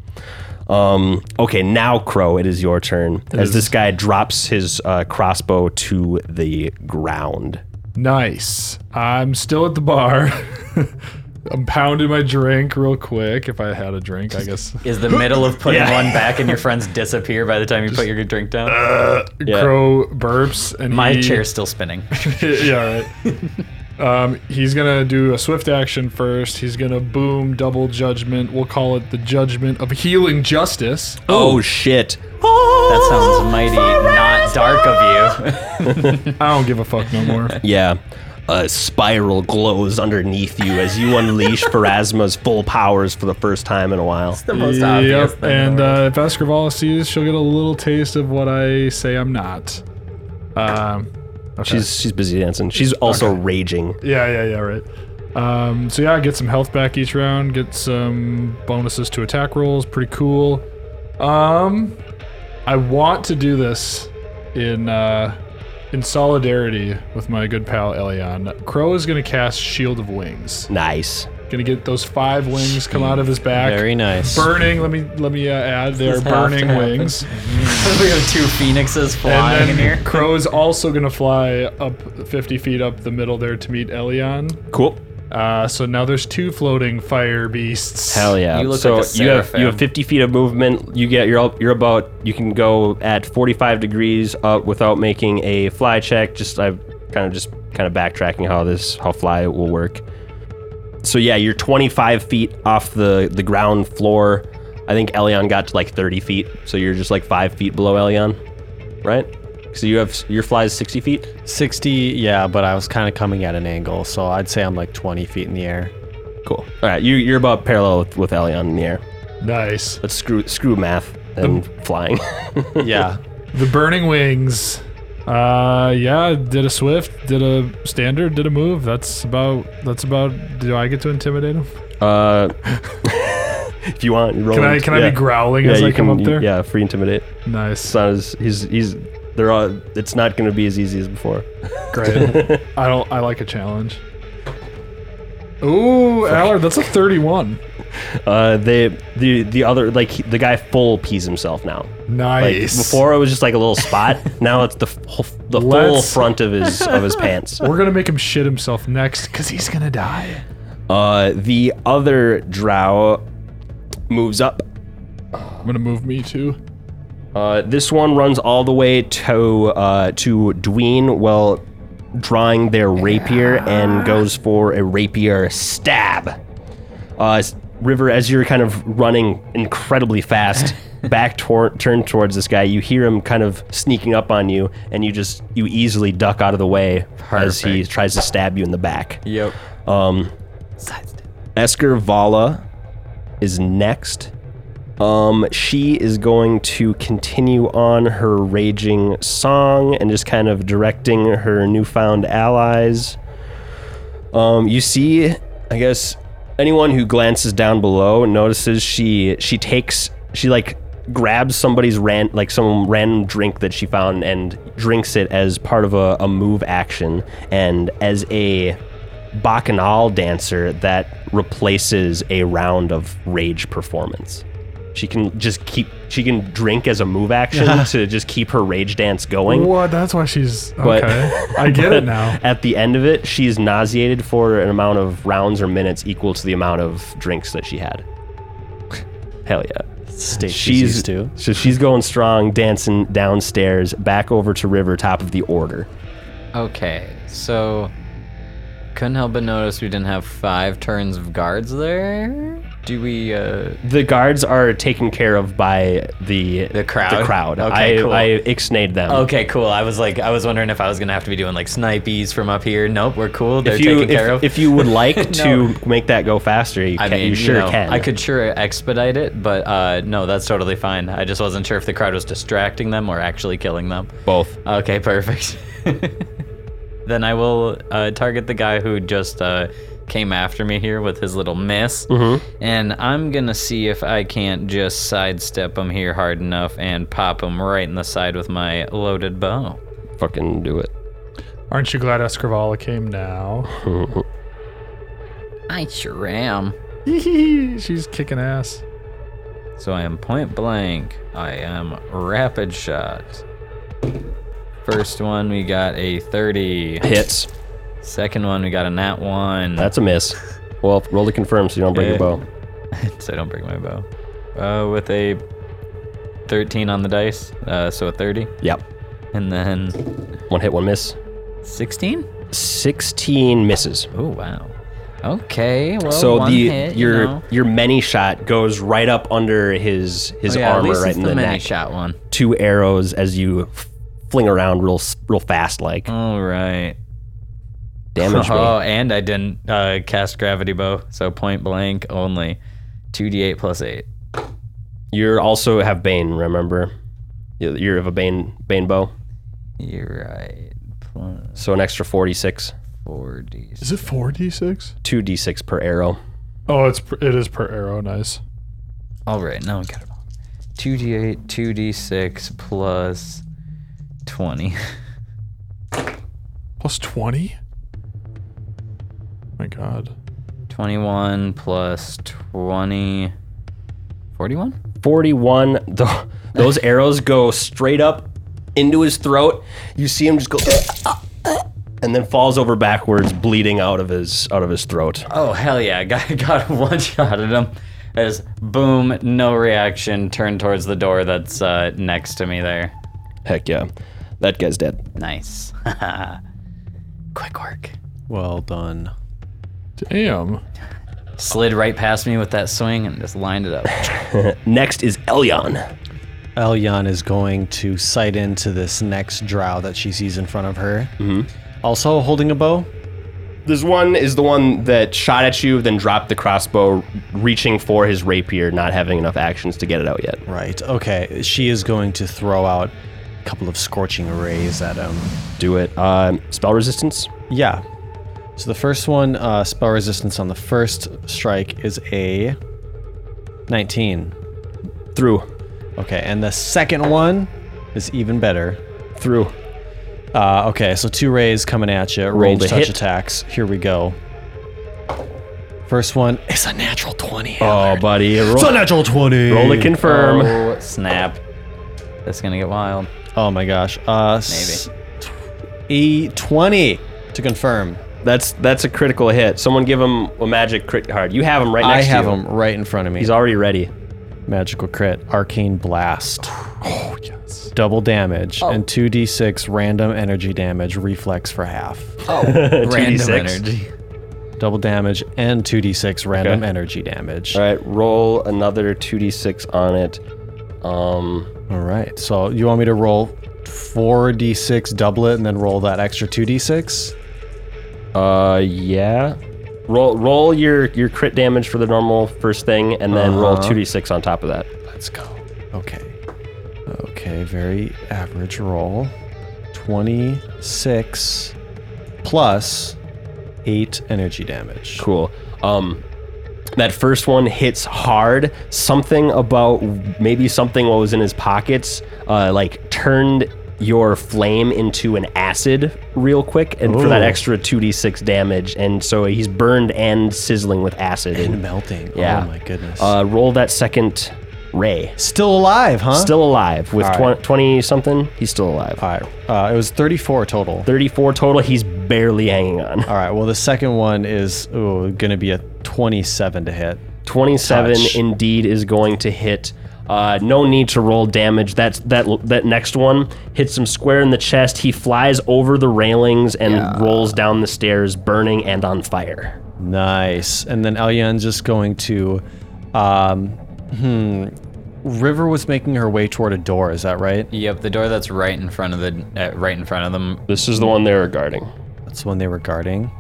A: Um, okay, now Crow, it is your turn. as this guy drops his uh, crossbow to the ground.
B: Nice. I'm still at the bar. I'm pounding my drink real quick. If I had a drink, I guess.
C: is the middle of putting
A: Yeah.
C: one back and your friends disappear by the time you put your drink down?
B: Crow burps and
C: My
B: he,
C: chair's still spinning.
B: yeah, right. Um, he's gonna do a swift action first. He's gonna boom double judgment. We'll call it the judgment of healing justice.
A: Oh shit!
C: That sounds mighty not dark of you.
B: I don't give a fuck no more.
A: Yeah. A spiral glows underneath you as you unleash Pharasma's full powers for the first time in a while.
C: the most obvious
B: yep.
C: thing.
B: And uh, if Escrivala sees, she'll get a little taste of what I say I'm not. Um, okay.
A: She's she's busy dancing. She's also raging.
B: Yeah, yeah, yeah, right. Um, so yeah, I get some health back each round, get some bonuses to attack rolls. Pretty cool. Um, I want to do this in uh, in solidarity with my good pal Elion. Crow is gonna cast Shield of Wings.
A: Nice.
B: Gonna get those five wings come out of his back.
D: Very nice.
B: Burning. Let me let me uh, add. They're
C: Does this have to
B: burning
C: happen?
B: wings.
C: we have two phoenixes flying
B: And
C: in here.
B: then Crow is also gonna fly up 50 feet up the middle there to meet Elion.
A: Cool.
B: Uh, so now there's two floating fire beasts.
A: Hell yeah.
C: You look
A: so
C: like a
A: you have you
C: seraphim.
A: have 50 feet of movement. You get you're up, you're about you can go at 45 degrees up without making a fly check. Just I've kind of just kind of backtracking how this how fly will work. So yeah, you're 25 feet off the the ground floor. I think Elion got to like 30 feet, so you're just like five feet below Elion, right? So you have your fly is 60 feet.
D: 60, yeah, but I was kind of coming at an angle, so I'd say I'm like 20 feet in the air.
A: Cool. All right, you you're about parallel with, with Elion in the air.
B: Nice.
A: But screw screw math and flying.
D: Yeah.
B: The burning wings. Uh, yeah, did a swift, did a standard, did a move. That's about. That's about. Do I get to intimidate him?
A: Uh, if you want, roll
B: Can I?
A: int-
B: Can I
A: yeah.
B: be growling
A: Yeah,
B: as
A: you
B: I come
A: can-
B: up there?
A: Yeah, free intimidate.
B: Nice.
A: It's not as he's he's they're all. It's not going to be as easy as before.
B: Great. I don't. I like a challenge. Ooh, Allard, that's a 31.
A: Uh, they the the other like he- the guy full pees himself now. Like
B: Nice.
A: before, it was just like a little spot. now it's the f- whole, the full
B: Let's-
A: front of his of his pants.
B: We're gonna make him shit himself next, cause he's gonna die.
A: Uh, the other drow moves up
B: I'm gonna move me too.
A: Uh, this one runs all the way to uh, to Dween while drawing their rapier and goes for a rapier stab. Uh, s- River, as you're kind of running incredibly fast, back tor- turned towards this guy, you hear him kind of sneaking up on you, and you just you easily duck out of the way as he
C: Perfect.
A: tries to stab you in the back.
C: Yep.
A: Um, Esker Vala is next. Um, she is going to continue on her raging song and just kind of directing her newfound allies. Um, you see, I guess anyone who glances down below notices she she takes she like grabs somebody's ran like some random drink that she found and drinks it as part of a, a move action and as a bacchanal dancer that replaces a round of rage performance. She can just keep. She can drink as a move action to just keep her rage dance going.
B: What? That's why she's okay.
A: But-
B: I get
A: But
B: it now.
A: At the end of it, she's nauseated for an amount of rounds or minutes equal to the amount of drinks that she had. Hell yeah.
D: State
A: She's
D: she's too.
A: so she's going strong, dancing downstairs, back over to River, top of the order.
C: Okay, so couldn't help but notice we didn't have five turns of guards there. Do we? uh
A: The guards are taken care of by the the
C: crowd?
A: crowd.
C: Okay,
A: I,
C: cool.
A: I ixnayed them.
C: Okay, cool. I was like, I was wondering if I was gonna have to be doing like snipies from up here. Nope, we're cool. They're
A: If you
C: taken
A: if,
C: care of.
A: if you would like
C: No.
A: to make that go faster, you,
C: I
A: can,
C: mean,
A: you sure
C: know,
A: can.
C: I could sure expedite it, but uh, no, that's totally fine. I just wasn't sure if the crowd was distracting them or actually killing them.
A: both.
C: Okay, perfect. then I will uh, target the guy who just uh, came after me here with his little miss. And I'm going to see if I can't just sidestep him here hard enough and pop him right in the side with my loaded bow.
A: Fucking do it.
B: Aren't you glad Escrivala came now?
C: I sure am.
B: She's kicking ass.
C: So I am point blank. I am rapid shot. First one, we got a 30.
A: Hits.
C: Second one, we got a nat one.
A: That's a miss. Well, roll to confirm so you don't break
C: Yeah.
A: your bow.
C: so I don't break my bow. Uh, with a 13 on the dice, uh, so a 30.
A: Yep.
C: And then
A: One hit, one miss.
C: 16?
A: 16 misses.
C: Oh, wow. Okay, well,
A: so
C: Oh, one
A: the
C: hit, you
A: your
C: know.
A: your many shot goes right up under his his
C: Oh, yeah, at
A: armor
C: least
A: right
C: it's
A: in
C: the,
A: the,
C: mini
A: neck.
C: shot one.
A: Two arrows as you f- fling around real s- real fast like
C: All right.
A: damage
C: Oh,
A: me.
C: and I didn't uh, cast gravity bow, so point blank only. 2d8 plus 8.
A: You also have bane, remember? You- You have a bane bane bow.
C: You're right. Plus
A: So an extra 46,
C: 4d.
B: Is it four d six?
A: 2d6 per arrow.
B: Oh, it's per- it is per arrow. Nice.
C: All right, now I got it all. 2d8, 2d6 plus 20.
B: Plus twenty. My God.
C: 21 plus 20 41
A: 41 th- those arrows go straight up into his throat you see him just go and then falls over backwards bleeding out of his out of his throat
C: oh hell yeah i got, got one shot at him as boom no reaction turn towards the door that's uh, next to me there
A: heck yeah that guy's dead
C: nice quick work
D: Well done.
B: Damn.
C: slid right past me with that swing and just lined it up
A: next is elion
D: Elyon is going to sight into this next drow that she sees in front of her. Mm-hmm. Also holding a bow.
A: this one is the one that shot at you then dropped the crossbow reaching for his rapier not having enough actions to get it out yet
D: Right. Okay. She is going to throw out a couple of scorching rays at him.
A: do it um, spell resistance
D: Yeah. So the first one, uh, spell resistance on the first strike is a 19.
A: through
D: Okay, and the second one is even better.
A: through
D: Uh, okay, so two rays coming at you.
A: Roll
D: Range
A: to
D: touch
A: hit.
D: attacks. Here we go. First one is a natural 20.
A: oh buddy
D: It's a
A: roll,
D: natural 20.
A: roll to confirm
C: oh snap that's gonna get wild
D: Oh my gosh. Uh,
C: Maybe.
D: E 20 to confirm.
A: That's that's a critical hit. Someone give him a magic crit card. You have him right
D: I
A: next to you.
D: have him right in front of me.
A: He's already ready.
D: Magical crit, arcane blast. Oh yes. Double damage and 2d6 random energy damage, reflex for half.
C: Oh, random
A: 2d6.
C: energy
D: Double damage and 2d6 random
A: Okay.
D: energy damage.
A: All right, roll another 2d6 on it. Um,
D: All right. So you want me to roll 4d6 double it and then roll that extra 2d6?
A: uh, yeah. Roll roll your your crit damage for the normal first thing, and then roll
D: Uh-huh.
A: 2d6 on top of that.
D: Let's go. Okay. Okay, very average roll. 26 plus 8 energy damage.
A: Cool. Um, that first one hits hard. Something about maybe something what was in his pockets, uh, like turned your flame into an acid real quick, and for that
D: Ooh.
A: extra two d six damage, and so he's burned and sizzling with acid.
D: And
A: And,
D: melting.
A: yeah.
D: Oh my goodness.
A: uh, roll that second Ray.
D: Still alive, huh?
A: Still alive with
D: All
A: twen-
D: right.
A: 20 something. He's still alive.
D: All right. Uh, it was 34 total.
A: 34 total. He's barely hanging on.
D: All right. Well, the second one is going to be a 27 to hit.
A: 27
D: Touch.
A: indeed is going to hit. Uh, no need to roll damage. That's that that next one hits him square in the chest. He flies over the railings and rolls down the stairs, burning and on fire.
D: Nice. And then Elyan's just going to. Um, hmm. River was making her way toward a door. Is that right?
C: Yep, the door that's right in front of the uh, right in front of them.
A: This is the one they're guarding.
D: That's the one they were guarding.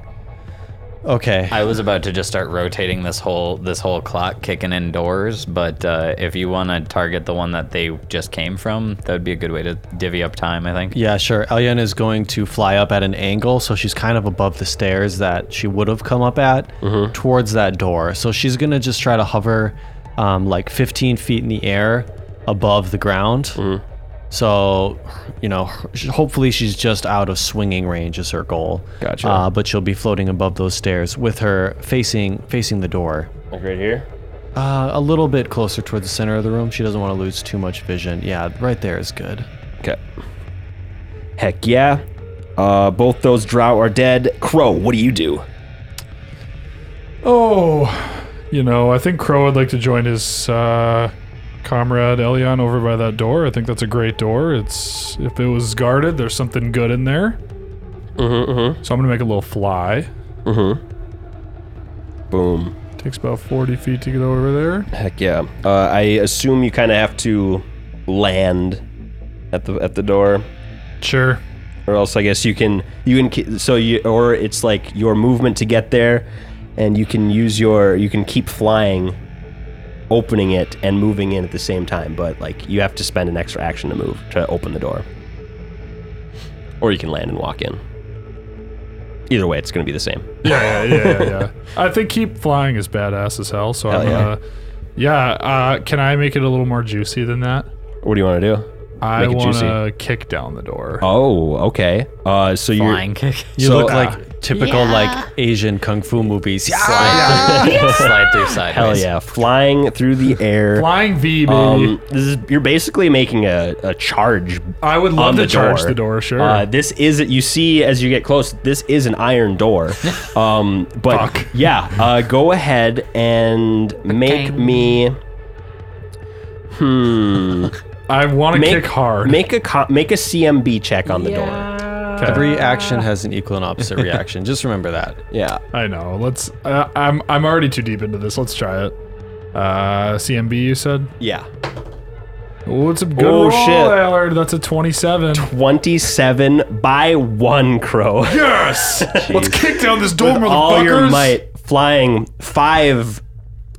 D: Okay.
C: I was about to just start rotating this whole this whole clock kicking in doors, but uh, if you want to target the one that they just came from, that would be a good way to divvy up time. I think.
D: Yeah, sure. Elian is going to fly up at an angle, so she's kind of above the stairs that she would have come up at towards that door. So she's gonna just try to hover um, like 15 feet in the air above the ground. So, you know, her- hopefully she's just out of swinging range is her goal.
A: Gotcha.
D: Uh, but she'll be floating above those stairs with her facing facing the door,
A: Like right here.
D: uh, a little bit closer towards the center of the room. She doesn't want to lose too much vision. Yeah, right there is good.
A: Okay. Heck yeah. Uh, both those drow are dead. Crow, what do you do?
B: Oh, you know, I think Crow would like to join his uh, comrade Elion over by that door. I think that's a great door. It's if it was guarded, there's something good in there. Mm-hmm, So I'm gonna make a little fly.
A: mm-hmm. Boom.
B: Takes about 40 feet to get over there.
A: Heck yeah. Uh, I assume you kind of have to land at the at the door.
B: Sure.
A: or else I guess you can you can ki- so you or it's like your movement to get there, and you can use your you can keep flying, opening it and moving in at the same time. But like you have to spend an extra action to move to open the door, or you can land and walk in. Either way, it's going to be the same.
B: Yeah, yeah, yeah, yeah. I think keep flying is badass as hell. So I'm
A: Hell yeah.
B: gonna. Yeah. Uh, can I make it a little more juicy than that?
A: What do you want to do?
B: I
A: Make it
B: want
A: juicy.
B: to kick down the door.
A: Oh, okay. Uh, so you
C: Flying kick.
D: You
A: So-
D: look like typical like Asian kung fu movies.
C: slide, through, slide through sideways.
A: hell yeah, flying through the air.
B: Flying V, baby.
A: Um, this is you're basically making a, a charge
B: I would love
A: on
B: to
A: the
B: charge
A: door.
B: the door. Sure.
A: Uh, this is you see as you get close. This is an iron door, um, but
B: Fuck.
A: yeah, uh, go ahead and make
C: Gang.
A: me
B: I want to
A: make
B: kick hard.
A: Make a co- make a CMB check on the door.
D: Every action has an equal and opposite reaction. Just remember that.
A: Yeah,
B: I know. Let's. Uh, I'm. I'm already too deep into this. Let's try it. Uh, CMB, you said.
A: yeah.
B: Oh, it's a good
A: Oh,
B: roll,
A: shit.
B: Allard. That's a 27.
A: Twenty-seven by one crow.
B: Yes. Let's kick down this door, motherfuckers.
A: All your might, flying five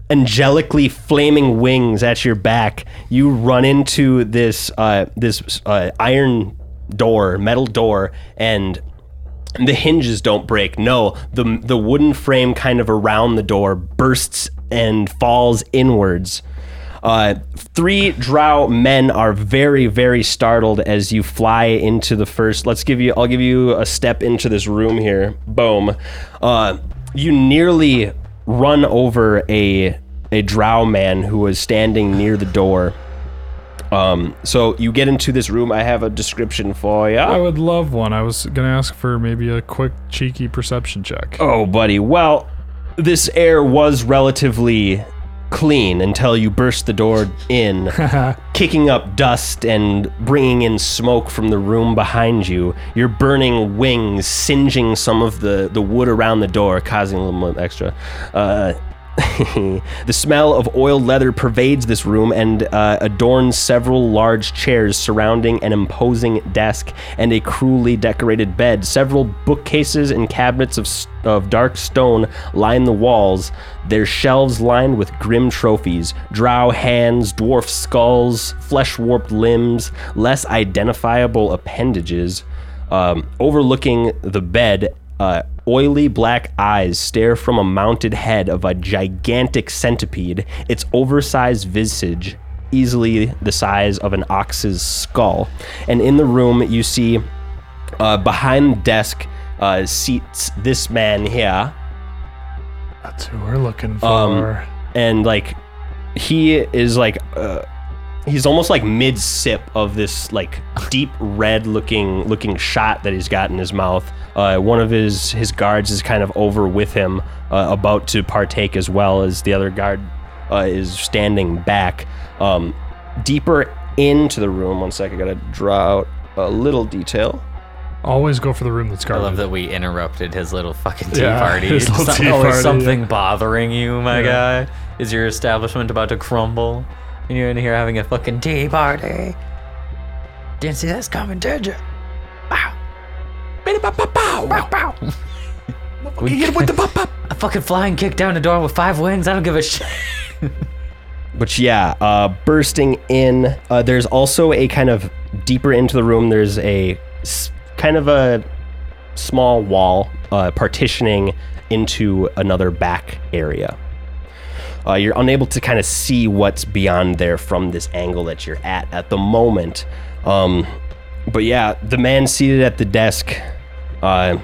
A: angelically flaming wings at your back. You run into this uh, this uh, iron door, metal door, and the hinges don't break. No, the the wooden frame kind of around the door bursts and falls inwards. Uh, three drow men are very, very startled as you fly into the first. Let's give you. I'll give you a step into this room here. Boom. Uh, you nearly run over a a drow man who was standing near the door. Um, so you get into this room. I have a description for you.
B: I would love one. I was gonna ask for maybe a quick cheeky perception check.
A: Oh, buddy. Well, this air was relatively clean until you burst the door in, kicking up dust and bringing in smoke from the room behind you. Your burning wings singeing some of the, the wood around the door, causing a little more extra. Uh, the smell of oiled leather pervades this room and uh, adorns several large chairs surrounding an imposing desk and a cruelly decorated bed. Several bookcases and cabinets of, s- of dark stone line the walls, their shelves lined with grim trophies drow hands, dwarf skulls, flesh warped limbs, less identifiable appendages. Um, overlooking the bed, uh, oily black eyes stare from a mounted head of a gigantic centipede, its oversized visage easily the size of an ox's skull. And in the room, you see uh, behind the desk uh, seats this man here
C: Um,
B: That's who we're looking for.
A: and like he is like uh, he's almost like mid sip of this like deep red looking looking shot that he's got in his mouth. Uh, one of his his guards is kind of over with him, uh, about to partake as well as the other guard uh, is standing back. Um, deeper into the room. One sec, I gotta draw out a little detail.
B: Always go for the room that's
C: I love
B: guarded.
C: that we interrupted his little fucking tea
B: Yeah,
C: party.
B: his little
C: Some-
B: tea
C: oh,
B: party,
C: is something bothering you, my guy? Is your establishment about to crumble? And you're in here having a fucking tea party? Didn't see this coming, did you? We get with the pop pop. A fucking flying kick down the door with five wins. I don't give a shit.
A: But yeah, uh, bursting in. Uh, there's also a kind of deeper into the room. There's a s- kind of a small wall uh, partitioning into another back area. Uh, you're unable to kind of see what's beyond there from this angle that you're at at the moment. Um, but yeah, the man seated at the desk, uh,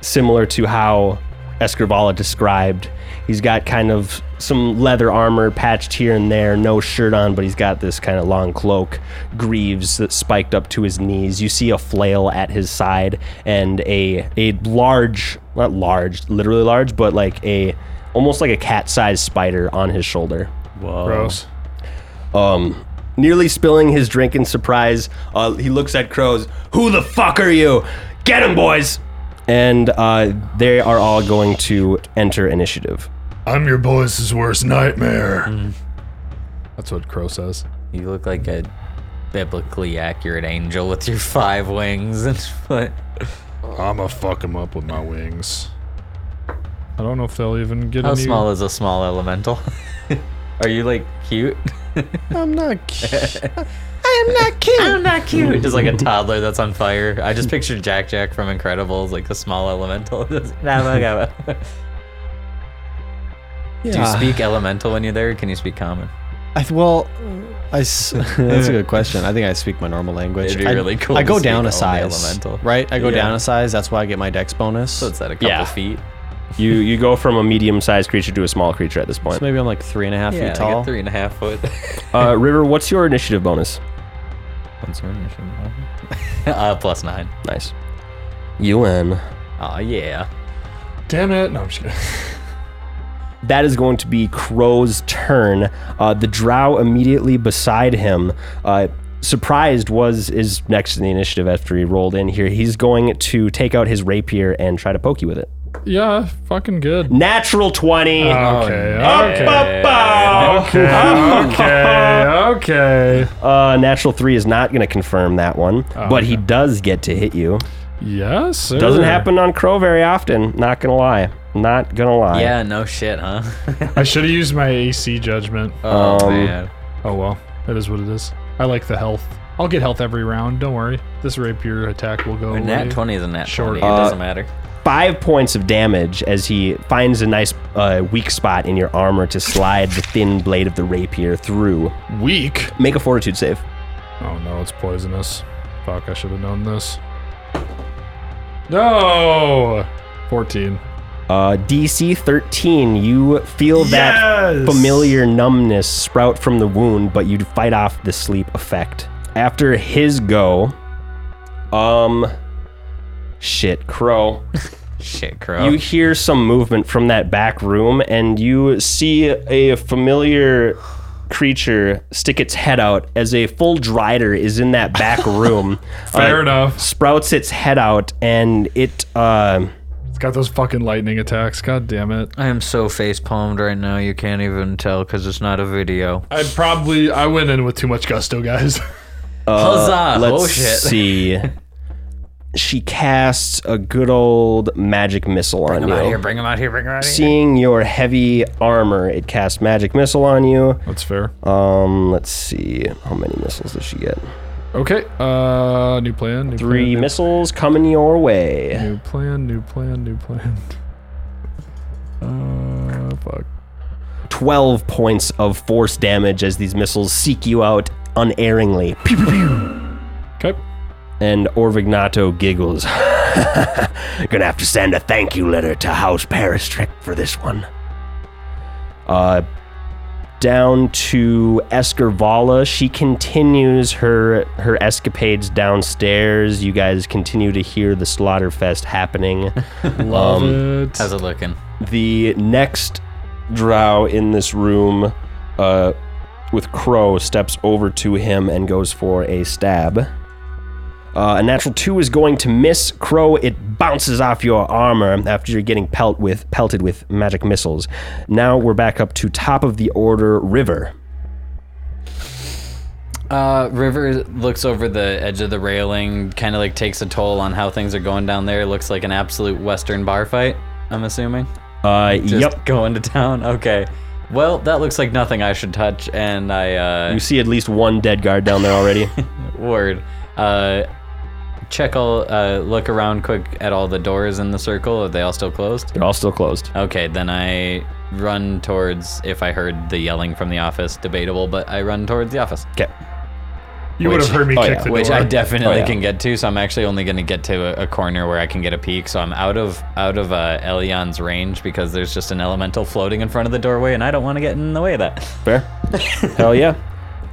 A: similar to how Escrivala described, he's got kind of some leather armor patched here and there, no shirt on, but he's got this kind of long cloak, greaves that spiked up to his knees. You see a flail at his side and a a large, not large, literally large, but like a almost like a cat-sized spider on his shoulder
D: Whoa.
B: Gross.
A: um, nearly spilling his drink in surprise. Uh, he looks at Crows. Who the fuck are you? Get him, boys! And uh, they are all going to enter initiative.
B: I'm your boys' worst nightmare.
C: Hmm.
B: That's what Crow says.
C: You look like a biblically accurate angel with your five wings and foot.
B: I'ma fuck him up with my wings. I don't know if they'll even get
C: How
B: any.
C: small is a small elemental? Are you like cute?
D: I'm not. ki-
C: I'm not cute. Just like a toddler that's on fire. I just pictured Jack Jack from Incredibles, like the small elemental. Just, "Nah, nah, nah, nah." Do you
D: Yeah.
C: speak elemental when you're there? Or can you speak common?
D: I th- well, I s- that's a good question. I think I speak my normal language.
C: It'd be
D: I,
C: really cool
D: I
C: to
D: go
C: speak
D: down a
C: only
D: size,
C: elemental.
D: right? I go
C: Yeah.
D: down a size. That's why I get my dex bonus.
C: So
D: So,
C: it's at a couple
A: Yeah.
C: feet.
A: You you go from a medium-sized creature to a small creature at this point.
D: maybe I'm like three and a half
C: Yeah,
D: feet
C: like a
D: tall.
C: three and a half foot.
A: Uh, River, what's your initiative bonus?
C: What's your initiative? uh, plus nine.
A: Nice. UN.
C: Oh yeah.
B: Damn it! No, I'm just kidding.
A: That is going to be Crow's turn. Uh, the Drow immediately beside him, uh, surprised, was is next in the initiative after he rolled in here. He's going to take out his rapier and try to poke you with it.
B: yeah, fucking good.
A: Natural 20.
B: Okay, okay,
A: Ba-bow.
B: okay, okay.
A: Uh, natural 3 is not going to confirm that one, but he does get to hit you.
B: Yes. Sir.
A: Doesn't happen on Crow very often, not going to lie. Not going to lie.
C: Yeah, no shit, huh?
B: I should have used my AC judgment.
C: oh man.
B: Oh well, that is what it is. I like the health. I'll get health every round. Don't worry. This rapier attack will go.
C: A nat
B: away.
C: 20 is a nat
B: Sure.
C: 20. It doesn't matter.
A: Five points of damage as he finds a nice uh, weak spot in your armor to slide the thin blade of the rapier through.
B: Weak.
A: Make a fortitude save.
B: Oh no, it's poisonous. Fuck! I should have known this. No. Fourteen.
A: Uh, DC 13, you feel that
B: Yes!
A: familiar numbness sprout from the wound, but you fight off the sleep effect. After his go, um, shit, Crow,
C: Shit, crow.
A: you hear some movement from that back room and you see a familiar creature stick its head out as a full drider is in that back room.
B: Fair
A: Uh,
B: enough.
A: Sprouts its head out and it, uh,
B: It's got those fucking lightning attacks. God damn it.
C: I am so face palmed right now. You can't even tell because it's not a video.
B: I probably I went in with too much gusto, guys.
C: Huzzah!
A: Uh, Let's
C: oh shit.
A: see. She casts a good old magic missile on
C: Bring him out here,
A: you.
C: bring him out here, bring him out here.
A: Seeing your heavy armor, it casts magic missile on you.
B: That's fair.
A: Um, let's see. How many missiles does she get?
B: Okay. Uh, new plan. New
A: Three
C: Mm-hmm.
B: Plan,
A: missiles coming your way.
B: new plan. New plan. New plan. Uh, fuck.
A: 12 points of force damage as these missiles seek you out unerringly. Pew, pew, pew.
B: Okay.
A: And Orvignato giggles. Gonna have to send a thank you letter to House Parastrick for this one. Uh, down to Eskervala. She continues her her escapades downstairs. You guys continue to hear the slaughter fest happening. Um,
B: Love it.
C: How's it looking?
A: the next drow in this room uh, with crow steps over to him and goes for a stab uh, a natural two is going to miss crow it bounces off your armor after you're getting pelt with, pelted with magic missiles now we're back up to top of the order river
C: Uh, River looks over the edge of the railing, kind of like takes a toll on how things are going down there. Looks like an absolute Western bar fight, I'm assuming.
A: uh,
C: Just
A: yep
C: Going to town. Okay. Well, that looks like nothing I should touch, and I, uh,
A: you see at least one dead guard down there already
C: word. Uh, check all, uh, look around quick at all the doors in the circle. Are they all still closed?
A: they're all still closed
C: Okay, then I run towards, if I heard the yelling from the office, debatable, but I run towards the office.
A: okay
B: You would have
C: Which-
B: heard me
A: oh,
B: kick
A: yeah,
B: the
C: which
B: door.
C: I definitely
A: Oh, yeah.
C: can get to. So I'm actually only going to get to a, a corner where I can get a peek. So I'm out of out of uh, Elion's range because there's just an elemental floating in front of the doorway, and I don't want to get in the way of that.
A: Fair. Hell yeah.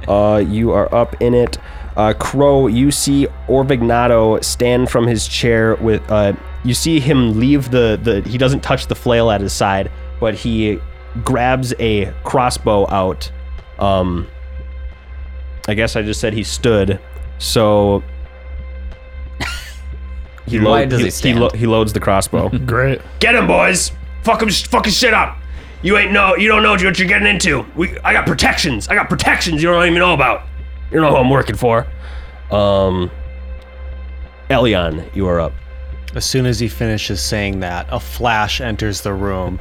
A: Uh, you are up in it. Uh, Crow, you see Orvignato stand from his chair with. Uh, you see him leave the, the. He doesn't touch the flail at his side, but he grabs a crossbow out. Um, I guess I just said he stood. So. He
C: Why
A: load-
C: does he stand?
A: lo- he loads the crossbow.
B: Great.
E: Get him, boys! Fuck him, fucking shit up! You ain't know, you don't know what you're getting into. We, I got protections. I got protections you don't even know about. You don't know who I'm working for.
A: um, Elion, you are up.
D: As soon as he finishes saying that, a flash enters the room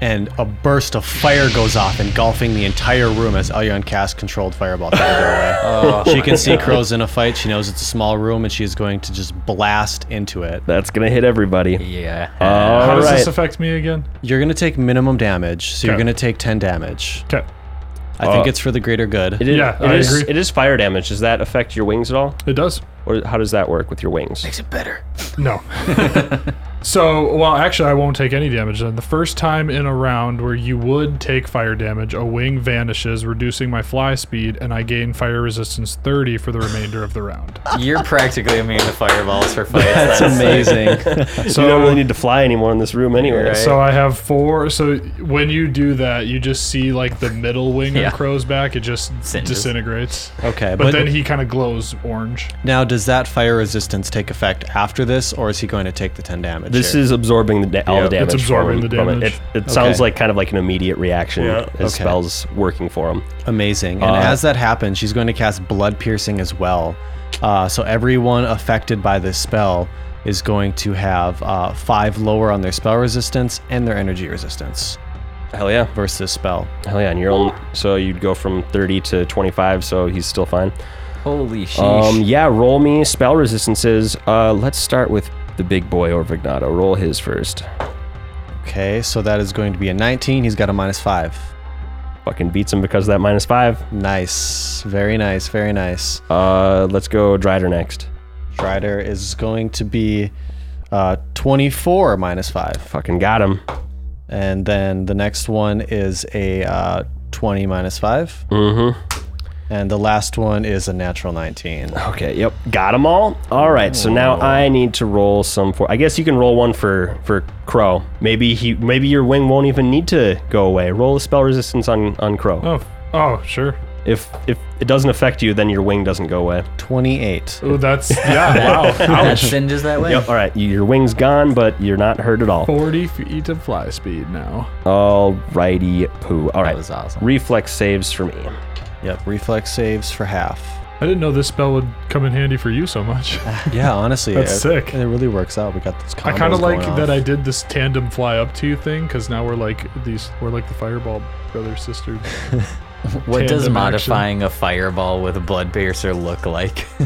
D: and a burst of fire goes off, engulfing the entire room as Elyon casts controlled fireball through the doorway. she can see Crow's in a fight. She knows it's a small room and she is going to just blast into it.
A: That's gonna hit everybody.
C: Yeah.
B: How
A: All
B: does
A: right.
B: this affect me again?
D: You're going to take minimum damage, so you're
B: Okay.
D: going to take 10 damage.
B: Okay.
D: I think it's for the greater good.
A: It is,
B: Yeah,
A: it
B: I
A: is-
B: agree.
A: It is fire damage. Does that affect your wings at all,
B: It does.
A: or how does that work with your wings?
B: No. so, well, actually, I won't take any damage then. The first time in a round where you would take fire damage, a wing vanishes, reducing my fly speed, and I gain fire resistance 30 for the remainder of the round.
C: You're practically immune to fireballs for fights.
D: That's amazing.
A: So you don't really need to fly anymore in this room, anyway.
C: Right.
B: So I have four. So when you do that, you just see like the middle wing
C: Yeah.
B: of Crow's back. It just
C: Singes.
B: disintegrates.
D: okay,
B: But, then he kind of glows orange.
D: now does that fire resistance take effect after this, or is he going to take the 10 damage?
A: This
D: here?
A: is absorbing the da- all the
B: Yeah,
A: damage.
B: it's absorbing
A: from-
B: the
A: from it.
B: damage.
A: It, it sounds
D: Okay.
A: like kind of like an immediate reaction.
B: Yeah.
A: His
D: Okay.
A: spells working for him.
D: Amazing. And as that happens, she's going to cast Blood Piercing as well. Uh, so everyone affected by this spell is going to have uh, five lower on their spell resistance and their energy resistance
A: Hell yeah,
D: versus this spell.
A: hell yeah. And you're only so you'd go from 30 to 25, so he's still fine.
C: Holy sheesh.
A: Um, yeah, roll me spell resistances. Uh, let's start with the big boy Orvignato. Roll his first.
D: Okay, so that is going to be a 19. He's got a minus five.
A: Fucking beats him because of that minus five.
D: Nice. Very nice. Very nice.
A: Uh, let's go Drider next.
D: Strider is going to be uh, 24 minus five.
A: Fucking got him.
D: And then the next one is a uh, 20 minus five. Mm hmm. And the last one is a natural 19.
A: Okay, yep. Got them all? All right, so now I need to roll some for I guess you can roll one for for Crow. Maybe he maybe your wing won't even need to go away. Roll a spell resistance on on Crow.
B: Oh, oh, sure.
A: If if it doesn't affect you, then your wing doesn't go away.
D: 28.
B: Oh, that's yeah. wow.
C: that singes that way.
A: All right, you- your wing's gone, but you're not hurt at all.
B: 40 feet of fly speed now.
A: All righty, poo. All right.
C: was awesome.
A: Reflex saves for me.
D: Yep, reflex saves for half.
B: I didn't know this spell would come in handy for you so much.
D: Yeah, honestly,
B: That's
D: it,
B: sick.
D: It really works out. We got this.
B: I kind of like that I did this tandem fly up to you thing because now we're like these we're like the fireball brother sister.
C: What
B: Tandem
C: does
B: action.
C: modifying a fireball with a blood piercer look like?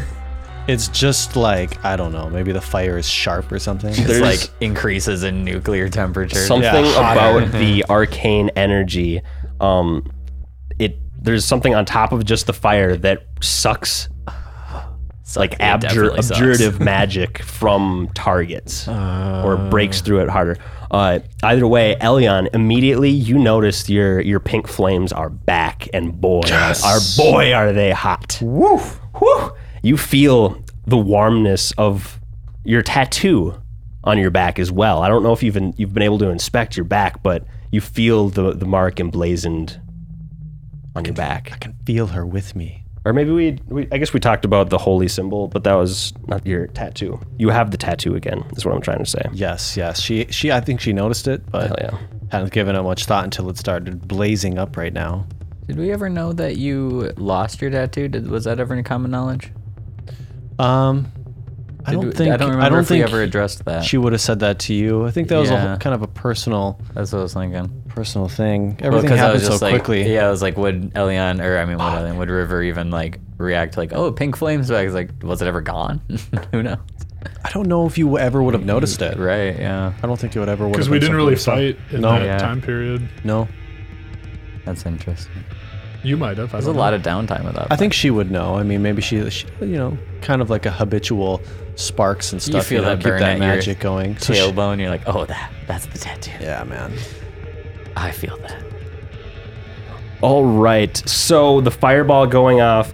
D: It's just like I don't know. Maybe the fire is sharp or something.
C: it's
A: There's-
C: like increases in nuclear temperature.
A: something
D: hotter.
A: about the arcane energy um it there's something on top of just the fire that sucks
C: sucks.
F: like
C: It
F: abjur-
C: definitely sucks.
F: abjurative magic from targets or breaks through it harder. Uh, either way, Elion, immediately you notice your your pink flames are back, and boy, are boy are they hot! Woo, woo! You feel the warmness of your tattoo on your back as well. I don't know if you've been, you've been able to inspect your back, but you feel the the mark emblazoned on your back.
D: I can feel her with me.
A: Or maybe we, we, I guess we talked about the holy symbol, but that was not your tattoo. You have the tattoo again, is what I'm trying to say.
D: Yes, yes. She, she. I think she noticed it, but
A: Hell
D: hadn't given it much thought until it started blazing up right now.
C: Did we ever know that you lost your tattoo? Did, was that ever in common knowledge?
D: Um, I
C: Did
D: don't
C: we-
D: think.
C: I don't remember if
D: think
C: we ever addressed that.
D: she would have said that to you. I think that was a
C: Yeah.
D: whole, kind of a personal,
C: That's what I was thinking.
D: personal thing.
C: Well,
D: Everything
C: 'cause I
D: happened
C: was
D: so
C: just like,
D: quickly.
C: Yeah, I was like, would Elion or I mean, would Elion, would River even like react like, oh, pink flames back? It's like, was it ever gone? Who knows?
D: I don't know if you ever would have noticed it.
C: Right? Yeah.
D: I don't think you would ever. would
B: Because
D: have
B: we
D: been
B: didn't really
D: something
B: fight in
D: No.
B: that
C: Yeah.
B: time period.
D: to- No,
C: That's interesting.
B: You might have. I
C: There's a
B: don't
C: lot
B: know.
C: of downtime with that.
D: I think she would know. I mean, maybe she, she you know, kind of like a habitual sparks and stuff.
C: feel
D: know,
C: that
D: keep
C: burn
D: that
C: at your
D: magic going. So she-
C: tailbone. You're like, oh, that that's the tattoo.
D: yeah, man.
C: I feel that.
A: All right. So the fireball going off,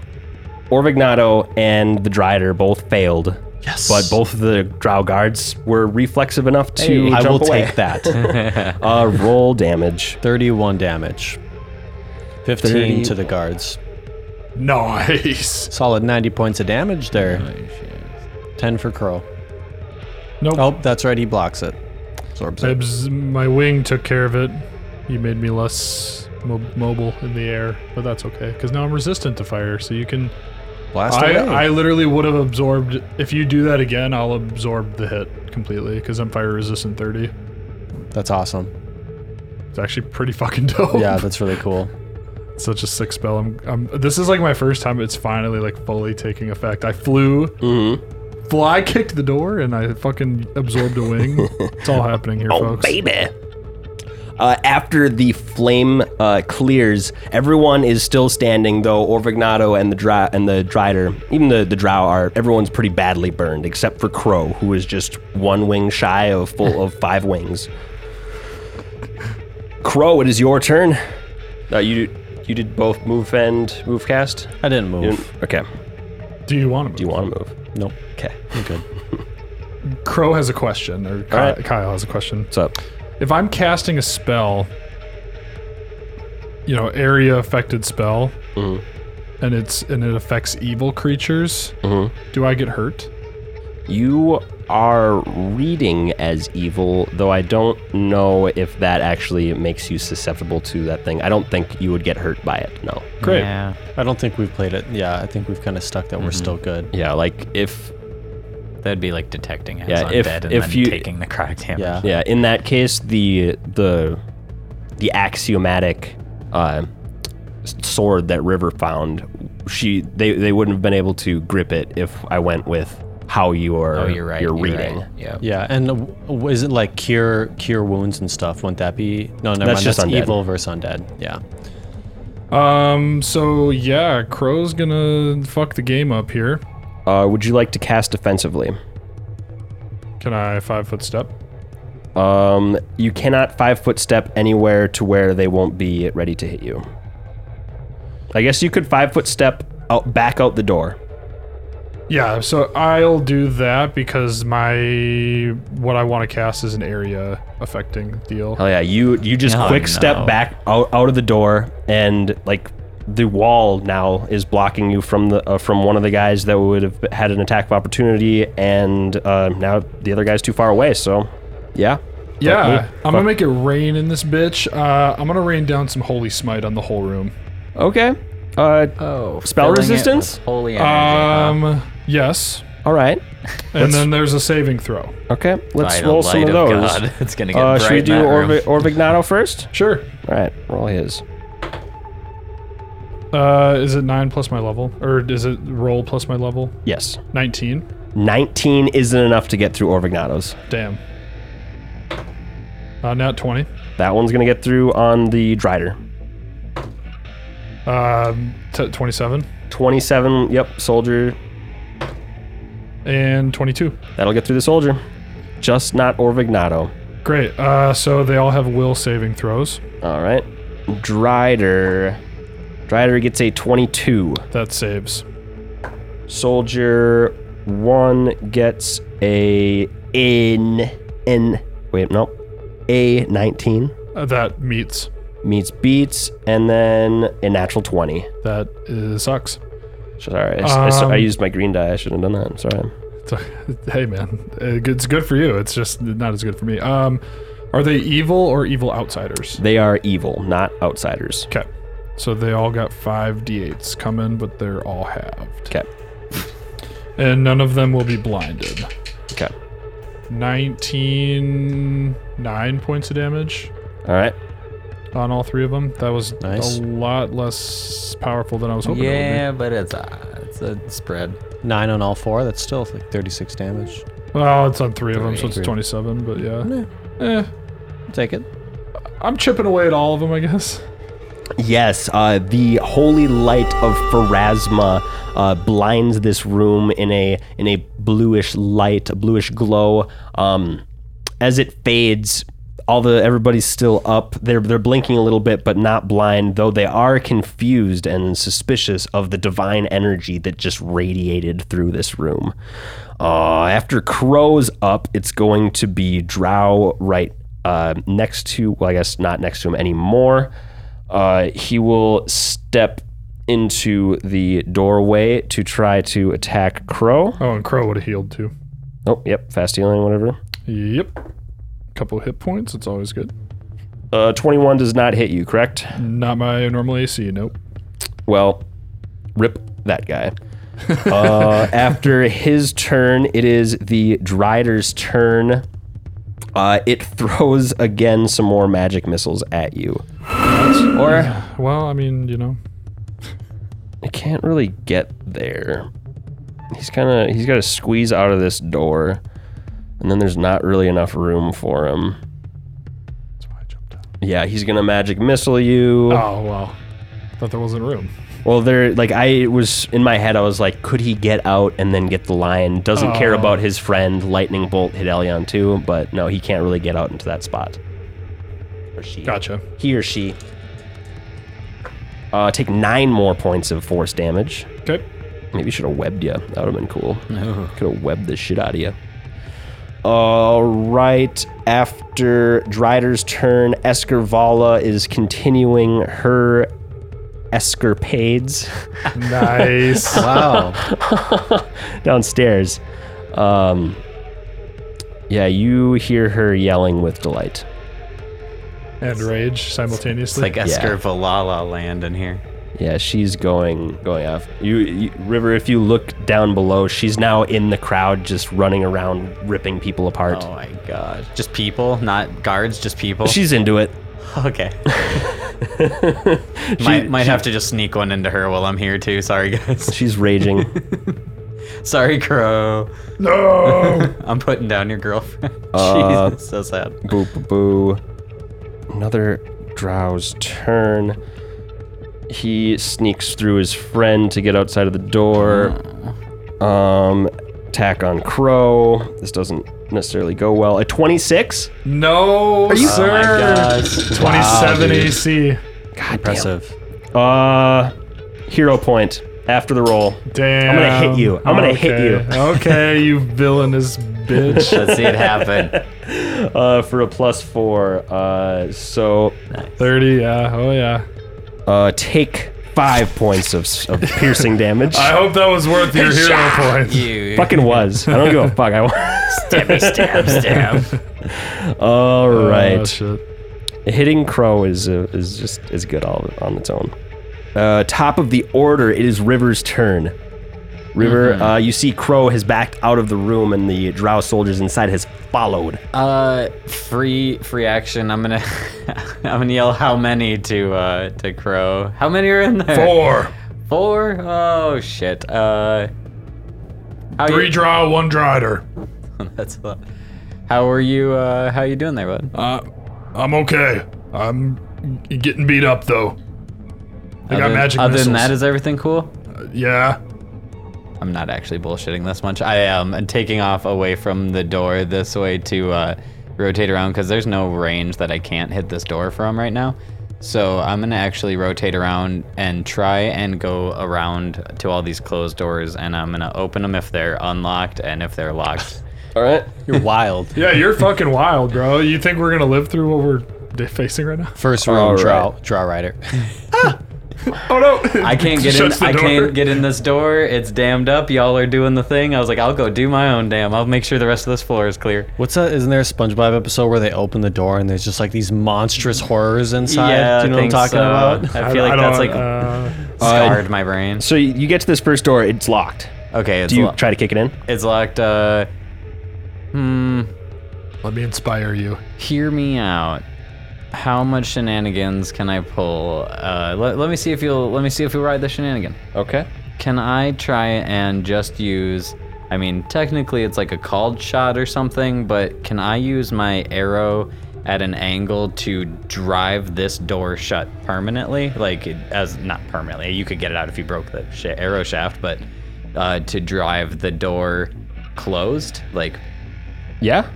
A: Orvignato and the Dryder both failed.
D: Yes.
A: But both of the drow guards were reflexive enough to
D: Hey, I
A: jump
D: will
A: away.
D: take that.
A: Uh, roll damage.
D: Thirty-one damage. Fifteen to the guards.
B: Nice.
D: Solid ninety points of damage there. Ten for Crow.
B: Nope.
D: Oh, that's right. He blocks it. Absorbs it.
B: Bibs, my wing took care of it. You made me less mo- mobile in the air, but that's okay because now I'm resistant to fire. So you can.
D: Blast
B: I,
D: away.
B: I literally would have absorbed. If you do that again, I'll absorb the hit completely because I'm fire resistant 30.
D: that's awesome.
B: It's actually pretty fucking dope.
D: Yeah, that's really cool.
B: such a sick spell. I'm, i This is like my first time. It's finally like fully taking effect. I flew,
A: Mm-hmm.
B: fly kicked the door, and I fucking absorbed a wing. it's all happening
A: Oh,
B: here, folks.
F: Baby.
A: Uh, after the flame uh, clears, everyone is still standing, though Orvignato and the dry, and the Drider, even the, the Drow are everyone's pretty badly burned, except for Crow, who is just one wing shy of full of five wings. Crow, it is your turn. Uh, you you did both move and move cast.
D: I didn't
A: You
D: move.
A: didn't- okay.
B: Do you want to?
A: Do you want to move?
D: Nope.
A: Okay.
D: I'm good.
B: Crow has a question, or Ky-
A: right.
B: Kyle has a question.
A: What's up?
B: If I'm casting a spell, you know, area affected spell,
A: Mm-hmm.
B: and it's and it affects evil creatures,
A: Mm-hmm.
B: do I get hurt?
A: You are reading as evil, though I don't know if that actually makes you susceptible to that thing. I don't think you would get hurt by it, no.
B: Great.
C: Yeah.
D: I don't think we've played it. Yeah, I think we've kind of stuck that we're still good.
A: Yeah, like if
C: That'd be like detecting it.
A: Yeah,
C: Yeah,
A: if-
C: if, and
A: if
C: then
A: you-
C: taking the necrotic damage.
D: Yeah.
A: yeah, in that case the the the axiomatic uh, s- sword that River found, she they, they wouldn't have been able to grip it if I went with how you are
C: Oh, you're right.
A: you're
C: you're right.
A: reading.
C: Yeah.
D: Yeah, and uh, w- is it like cure cure wounds and stuff? Wouldn't that be no?
A: That's
D: Never mind.
A: just
D: that's
A: undead.
D: evil versus undead. Yeah,
B: Um. So yeah, Crow's gonna fuck the game up here.
A: Uh, would you like to cast defensively?
B: Can I five foot step?
A: Um, you cannot five foot step anywhere to where they won't be ready to hit you. I guess you could five foot step out, back out the door.
B: Yeah, so I'll do that because my what I want to cast is an area affecting deal.
A: Hell yeah, you you just
C: Oh,
A: quick
C: no.
A: step back out, out of the door, and like the wall now is blocking you from the uh, from one of the guys that would have had an attack of opportunity, and uh, now the other guy's too far away. So, yeah,
B: yeah,
A: Fuck me.
B: I'm gonna make it rain in this bitch. Uh, I'm gonna rain down some holy smite on the whole room.
A: okay. Uh,
C: Oh.
A: Spell
C: filling it with
A: resistance?
C: Holy energy. huh?
B: Um, yes,
A: all right,
B: and then there's a saving throw.
A: okay. Let's
C: Uh, By the
A: roll some
C: light
A: of those.
C: God, it's gonna get
A: Uh,
C: bright
A: should we
C: in
A: do
C: that room.
A: Orvi- Orvignato first?
B: Sure.
A: All right, roll his.
B: Uh, is it nine plus my level, or is it roll plus my level?
A: Yes.
B: Nineteen.
A: 19 isn't enough to get through Orvignato's.
B: Damn. Uh, nat twenty.
A: That one's going to get through on the Drider.
B: Um, t- twenty-seven.
A: 27, yep, soldier.
B: and 22.
A: That'll get through the soldier. Just not Orvignato.
B: Great. Uh, so they all have will saving throws.
A: All right. Drider. Drider gets a 22.
B: That saves.
A: Soldier 1 gets a in in wait, no. A 19
B: Uh, that meets.
A: meets beats and then a natural 20.
B: That is, sucks.
A: Sorry. I, s- I s- I
B: Um,
A: used my green die. I shouldn't have done that. I'm sorry.
B: It's- hey man, uh, it's good for you. It's just not as good for me. Um, are they evil or evil outsiders?
A: They are evil, not outsiders.
B: Okay. So they all got five d8s coming, but they're all halved,
A: Okay.
B: and none of them will be blinded.
A: Okay.
B: 19, nine points of damage
A: All right.
B: on all three of them. That was
D: Nice.
B: a lot less powerful than I was hoping.
C: Yeah, but it's a, it's a spread.
D: Nine on all four. That's still like 36 damage.
B: It would be. Well, it's on three of them, so it's
D: Three.
B: 27. But yeah,
D: Nah,
B: eh,
D: take it.
B: I'm chipping away at all of them, I guess.
A: Yes, uh, the holy light of Pharasma uh, blinds this room in a in a bluish light, a bluish glow. Um, as it fades, all the everybody's still up. They're they're blinking a little bit, but not blind, though they are confused and suspicious of the divine energy that just radiated through this room. Uh, after Crow's up, it's going to be Drow right uh, next to. Well, I guess not next to him anymore. Uh, he will step into the doorway to try to attack Crow.
B: Oh, and Crow would have healed too.
A: Oh, yep, fast healing, whatever.
B: Yep. Couple hit points. It's always good.
A: Uh, 21 does not hit you, correct?
B: Not my normal AC. Nope.
A: Well, rip that guy. uh, after his turn, it is the Drider's turn. Uh, it throws again some more magic missiles at you. Or
B: Well, I mean, you know,
A: I can't really get there. He's kind of he's got to squeeze out of this door, and then there's not really enough room for him.
B: that's why I jumped out.
A: Yeah, he's gonna magic missile you.
B: Oh well, thought there wasn't room.
A: Well, there like I was in my head, I was like, could he get out and then get the lion? Doesn't care
B: Oh.
A: about his friend. Lightning bolt hit Elion too, but no, he can't really get out into that spot. Or she.
B: Gotcha.
A: He or she. Uh, take nine more points of force damage.
B: Okay.
A: Maybe should have webbed you. That would have been cool. Could have webbed the shit out of you. All right. After Dryder's turn, Eskervala is continuing her escarpades
B: Nice.
D: Wow.
A: downstairs. Um, yeah, you hear her yelling with delight.
B: and rage
C: It's
B: simultaneously.
C: like Esther Valhalla land in here.
A: Yeah, she's going going off. You, you River, if you look down below, she's now in the crowd, just running around, ripping people apart.
C: Oh my god. Just people, not guards, just people.
A: She's into it.
C: okay. might might have to just sneak one into her while I'm here too. Sorry guys.
A: She's raging.
C: Sorry, Crow.
B: no.
C: I'm putting down your girlfriend.
A: Uh,
C: Jesus, so sad.
A: boo boo boo. Another drow's turn. He sneaks through his friend to get outside of the door. Um, attack on Crow. This doesn't necessarily go well. A 26?
B: No, sir.
C: Oh my gosh.
B: 27 AC.
D: Impressive.
A: Uh, hero point after the roll.
B: Damn.
A: gonna hit you. I'm gonna hit
B: Okay. okay, you villainous bitch.
C: Let's see it happen.
A: Uh, for a plus four. Uh, so
B: 30. Yeah. Oh yeah.
A: uh, take five points of, s- of piercing damage.
B: I hope that was worth your hero points.
C: You
A: fucking was. I don't give a fuck. I want.
C: stabby stab stab.
A: All
B: Oh,
C: Uh,
A: right.
B: shit.
A: Hitting crow is uh, is just is good all on its own. Uh, top of the order, it is River's turn. River,
C: Mm-hmm.
A: uh, you see Crow has backed out of the room, and the Drow soldiers inside has followed.
C: Uh, free free action. I'm gonna I'm gonna yell how many to uh to Crow. How many are in there?
B: Four.
C: Four? Oh shit. Uh, how
B: Three
C: You,
B: draw, one drider.
C: that's a lot. How are you? Uh, how you doing there, bud?
B: Uh, I'm okay. I'm getting beat up though. They got
C: Other-
B: magic
C: Other
B: missiles.
C: than that, is everything cool?
B: yeah.
C: I'm not actually bullshitting this much. I am taking off away from the door this way to uh, rotate around because there's no range that I can't hit this door from right now. So I'm gonna actually rotate around and try and go around to all these closed doors, and I'm gonna open them if they're unlocked and if they're locked.
G: All right.
D: You're wild.
B: Yeah, you're fucking wild, bro. You think we're gonna live through what we're d- facing right now?
D: First
A: All
D: room,
A: right.
D: draw, draw rider.
B: Oh no!
C: I can't get in.
B: Shuts the
C: I
B: door.
C: can't get in this door. It's damned up. Y'all are doing the thing. I was like, I'll go do my own damn. I'll make sure the rest of this floor is clear.
D: What's that? Isn't there a SpongeBob episode where they open the door and there's just like these monstrous horrors inside?
C: Yeah,
D: Do you know what
C: I
D: I'm
C: think
D: talking
C: so.
D: about?
C: I feel like
B: don't-
C: that's like
B: uh,
C: scarred my brain.
A: So you you get to this first door, it's locked.
C: Okay, it's,
A: Do you
C: lo-
A: try to kick it in?
C: it's locked. Uh, hmm.
B: let me inspire you.
C: Hear me out. How much shenanigans can I pull? Uh, let, let me see if you'll let me see if you'll ride the shenanigan.
A: Okay.
C: Can I try and just use? I mean, technically it's like a called shot or something, but can I use my arrow at an angle to drive this door shut permanently? Like, it- as not permanently, you could get it out if you broke the sh- arrow shaft, but uh, to drive the door closed, like
A: Yeah.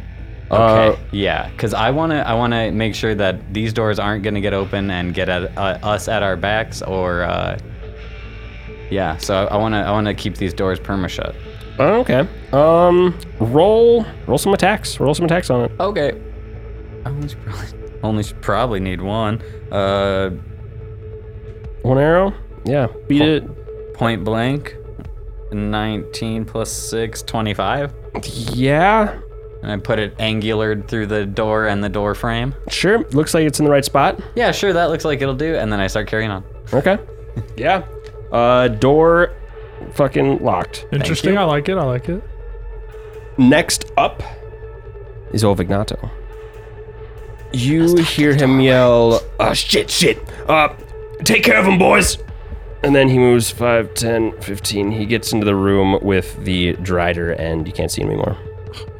C: Okay.
A: Uh,
C: yeah, because I wanna I wanna make sure that these doors aren't gonna get open and get at uh, us at our backs or. Uh, yeah, so I wanna I wanna keep these doors perma shut.
A: uh, okay. Um, roll roll some attacks. Roll some attacks on it.
C: Okay. I only should probably, only should probably need one. Uh,
A: One arrow. Yeah. Beat it.
C: point blank, 19 plus 6, 25.
A: Yeah.
C: And I put it angulared through the door and the door frame.
A: Sure. Looks like it's in the right spot.
C: Yeah, sure, that looks like it'll do. And then I start carrying on.
A: Okay. yeah. Uh, door, fucking locked.
B: Interesting. I like it. I like it.
A: Next up is Ovignato. You hear him yell, uh, shit, shit, uh, take care of him, boys! And then he moves 5, 10, 15. He gets into the room with the Drider, and you can't see him anymore.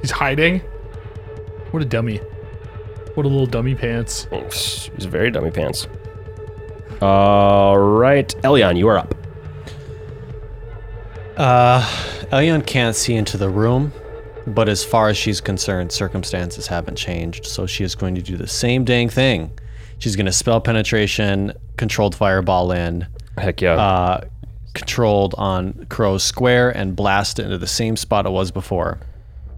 B: He's hiding. What a dummy. What a little dummy pants.
A: He's he's very dummy pants. All right, Elion, you are up.
D: Uh, Elion can't see into the room, but as far as she's concerned, circumstances haven't changed, so she is going to do the same dang thing. She's going to spell penetration, controlled fireball in,
A: Heck yeah.
D: uh, controlled on Crow's square, and blast it into the same spot it was before.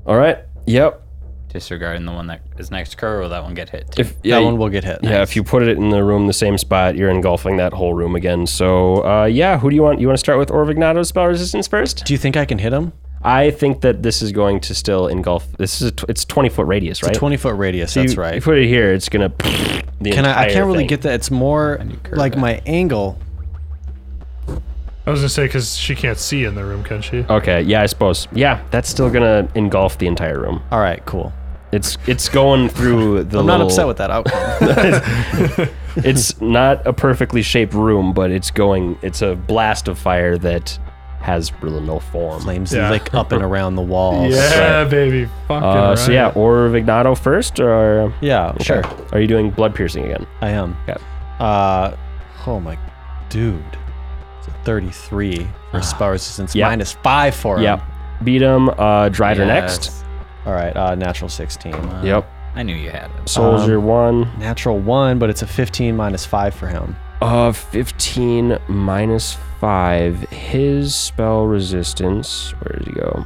A: All right, yep.
C: Disregarding the one that is next to her, or will that one get hit? too?
A: If, yeah,
D: that
A: you-
D: one will get hit.
A: yeah, if you put it in the room, the same spot, you're engulfing that whole room again. So, uh, yeah, who do you want? You want to start with Orvignato's spell resistance first?
D: Do you think I can hit him?
A: I think that this is going to still engulf. This is a tw- it's twenty foot radius, right?
D: 20 foot radius,
A: You-
D: that's
A: You
D: right.
A: put it here, it's gonna. The
D: Can I, I
A: entire
D: can't really
A: thing.
D: get that. It's more like my angle.
B: I was gonna say because she can't see in the room, can
C: Oh,
B: she?
A: Okay, yeah, I suppose. Yeah, that's still gonna engulf the entire room.
D: All right, cool.
A: It's it's going through the.
D: I'm not
A: little-
D: upset with that outcome.
A: It's not a perfectly shaped room, but it's going. It's a blast of fire that has really no form.
D: Flames
B: Yeah.
D: lick up and around the walls.
B: yeah, baby. Fucking
A: Uh,
B: right.
A: So yeah, or Vignato first, or
D: Yeah, sure.
A: Are you doing blood piercing again?
D: I am.
A: Okay.
D: Uh, oh my, dude. It's a 33 for spell resistance.
A: Ah. Yeah.
D: Minus five for him.
A: Yeah, beat him. Uh, Drider next.
C: Yes.
D: All right. Uh, natural 16.
A: Yep.
C: I knew you had it.
A: Soldier one.
D: Natural one, but it's a 15 minus five for him.
A: Uh, 15 minus 5. His spell resistance. Where did he go?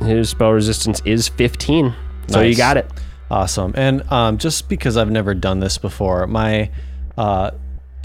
A: His spell resistance is 15. So you
D: Nice.
A: got it.
D: Awesome. And um, just because I've never done this before, my uh,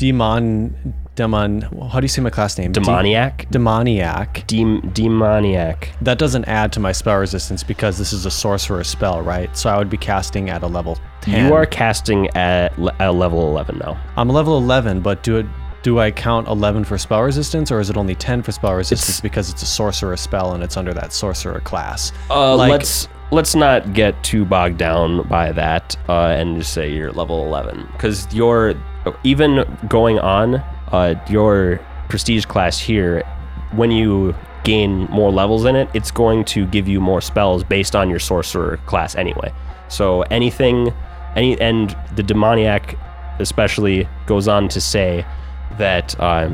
D: demon, demon. How do you say my class name? De-
A: Demoniac?
D: demoniac.
A: Dem- demoniac.
D: That doesn't add to my spell resistance because this is a sorcerer spell, right? So I would be casting at a level 10.
A: You are casting at, le- at level 11 now.
D: I'm level 11, but do it. Do I count 11 for spell resistance, or is it only 10 for spell resistance because it's a sorcerer spell and it's under that sorcerer class?
A: Uh,
D: Like-
A: let's let's not get too bogged down by that uh, and just say you're level 11 because you're even going on uh, your prestige class here when you gain more levels in it it's going to give you more spells based on your sorcerer class anyway so anything any and the demoniac especially goes on to say that um,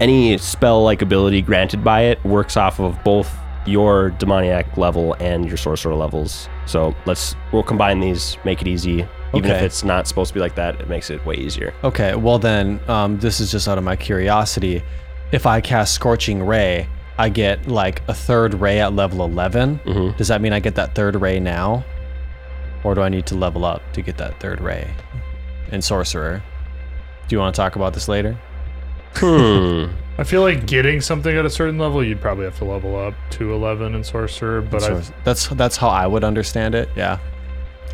A: any spell like ability granted by it works off of both your demoniac level and your sorcerer levels. So let's we'll combine these, make it easy. Even if
D: Okay.
A: it's not supposed to be like that, it makes it way easier.
D: Okay, well then, um, this is just out of my curiosity. If I cast Scorching Ray, I get like a third ray at level 11.
A: Mm-hmm.
D: Does that mean I get that third ray now? Or do I need to level up to get that third ray? And Sorcerer. Do you want to talk about this later?
A: Hmm.
B: I feel like getting something at a certain level, you'd probably have to level up to 11 in Sorcerer, but I,
D: Sorcer- that's that's how I would understand it. Yeah.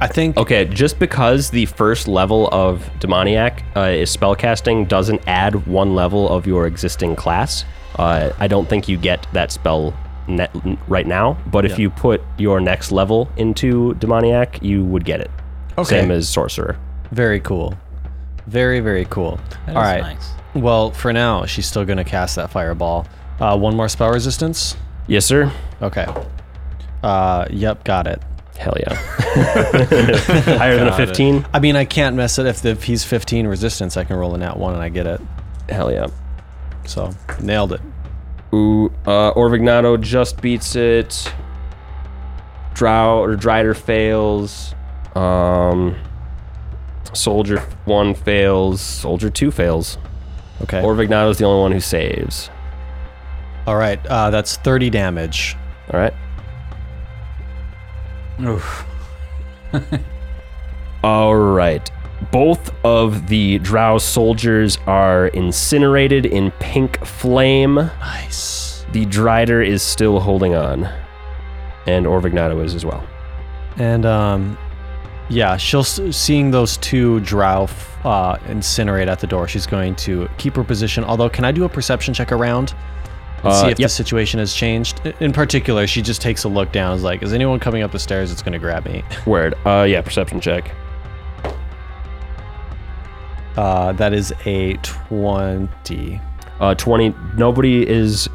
D: I think
A: Okay, just because the first level of demoniac uh, is spellcasting doesn't add one level of your existing class. Uh, I don't think you get that spell net right now. But if you put your next level into demoniac, you would get it.
D: Okay.
A: Same as sorcerer.
D: very cool. Very very cool.
C: That
D: All
C: is
D: right.
C: nice.
D: Well, for now, she's still going to cast that fireball. Uh, one more spell resistance.
A: Yes, sir.
D: Okay. Uh, yep, got it.
A: Hell yeah. Higher than a 15?
D: I mean, I can't mess it if, if he's 15 resistance. I can roll a nat one and I get it.
A: Hell yeah.
D: So nailed it.
A: Ooh, uh, Orvignado just beats it. Drow or Drider fails. Um, Soldier 1 fails. Soldier 2 fails.
D: Okay.
A: Orvignato's the only one who saves.
D: All right. Uh, that's 30 damage.
A: All right.
C: Oof.
A: All right. Both of the Drow soldiers are incinerated in pink flame.
D: Nice.
A: The Drider is still holding on. And Orvignado is as well.
D: And um, yeah, she'll s- seeing those two drow f- uh, incinerate at the door. She's going to keep her position. Although, can I do a perception check around? And
A: Uh,
D: see if
A: yep.
D: the situation has changed. I- In particular, she just takes a look down. Is like, is anyone coming up the stairs? It's going to grab me.
A: Word. Uh, yeah, perception check.
D: Uh, that is a 20.
A: Uh, 20. Nobody is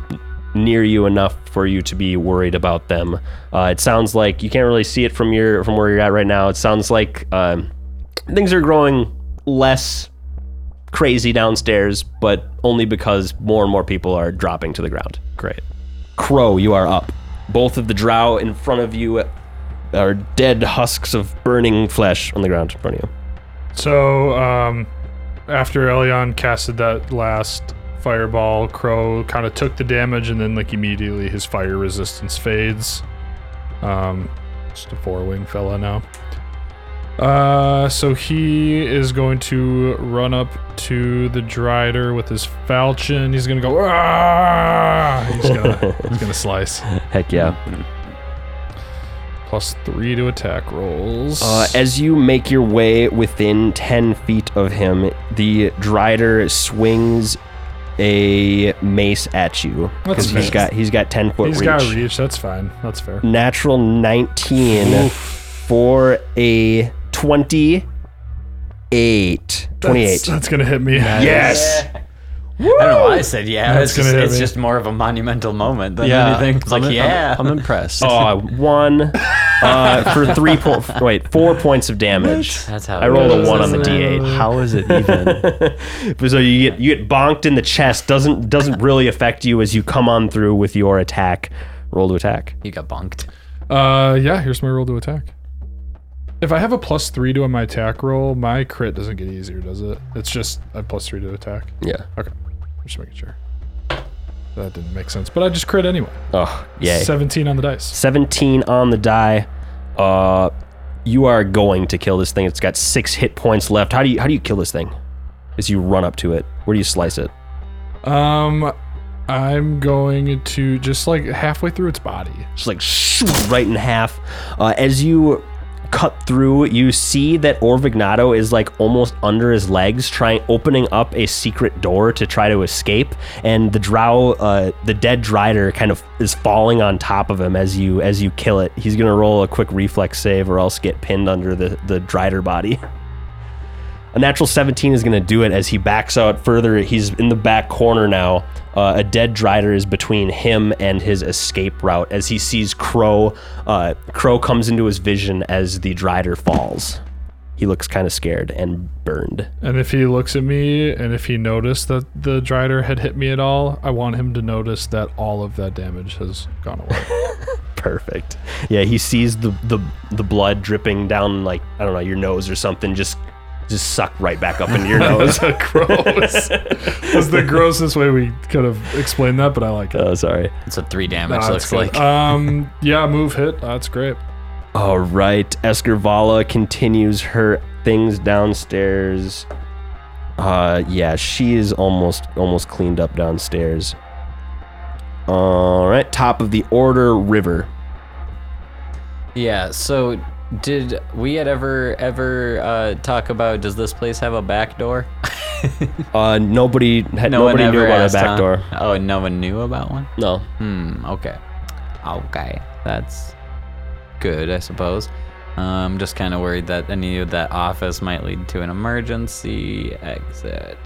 A: near you enough for you to be worried about them. Uh, it sounds like you can't really see it from your from where you're at right now. It sounds like um, things are growing less crazy downstairs, but only because more and more people are dropping to the ground.
D: Great.
A: Crow, you are up. Both of the drow in front of you are dead husks of burning flesh on the ground in front of you.
B: So, um, after Elyon casted that last fireball, Crow kind of took the damage, and then like immediately his fire resistance fades. Um, just a four wing fella now. Uh, so he is going to run up to the Drider with his falchion. He's gonna go. "Ah!" He's gonna he's gonna slice.
A: Heck yeah.
B: Plus three to attack rolls.
A: Uh, as you make your way within 10 feet of him, the Drider swings a mace at you.
B: That's
A: Because he's
B: fair.
A: got, he's got 10 foot
B: he's
A: reach. Mm,
B: got reach. That's fine. That's fair.
A: Natural 19 for a 28. 28.
B: That's, that's gonna hit me.
A: yes!
C: I don't know why I said yeah.
B: That's
C: It's, just,
B: gonna hit
C: it's
B: me.
C: just more of a monumental moment than
D: Yeah. Oh.
C: anything. It's like
D: I'm,
C: yeah.
D: I'm, I'm impressed.
A: Uh, one uh, for three po- wait four points of damage.
C: That's how
A: I
C: it
A: rolled a
C: goes,
A: one on the
C: isn't it?
A: d8.
D: How is it even?
A: But so you get you get bonked in the chest. Doesn't doesn't really affect you as you come on through with your attack. Roll to attack.
C: You got bonked.
B: Uh, yeah. Here's my roll to attack. If I have a plus three to my attack roll, my crit doesn't get easier, does it? It's just a plus three to attack.
A: Yeah.
B: Okay, I'm just making sure. That didn't make sense, but I just crit anyway.
A: Oh yay.
B: Seventeen on the dice.
A: Seventeen on the die. Uh, you are going to kill this thing. It's got six hit points left. How do you how do you kill this thing? As you run up to it, where do you slice it?
B: Um, I'm going to just like halfway through its body.
A: just like shoo, right in half. Uh, as you cut through, you see that Orvignato is like almost under his legs, trying opening up a secret door to try to escape. And the drow, uh, the dead drider, kind of is falling on top of him as you as you kill it. He's gonna roll a quick reflex save or else get pinned under the the drider body. A natural 17 is going to do it as he backs out further. He's in the back corner now. Uh, a dead drider is between him and his escape route as he sees Crow. Uh, Crow comes into his vision as the drider falls. He looks kind of scared and burned.
B: And if he looks at me and if he noticed that the Drider had hit me at all, I want him to notice that all of that damage has gone away.
A: Perfect. Yeah, he sees the the the blood dripping down like I don't know your nose or something. Just just suck right back up into your nose.
B: Gross. That's the grossest way we could have explained that, but I like it.
A: oh, sorry.
C: It's a three damage.
B: Nah,
C: looks
B: that's
C: like
B: good. Um, yeah, move hit. That's great.
A: All right, Escarvala continues her things downstairs. Uh, yeah, she is almost almost cleaned up downstairs. All right, top of the order, River.
C: Yeah, so did we had ever ever uh, talk about does this place have a back door?
A: Uh, nobody had, nobody knew about the back
C: huh?
A: door.
C: Oh, no one knew about one?
A: No,
C: Hmm, okay. Okay. That's good, I suppose. I'm just kind of worried that any of that office might lead to an emergency exit.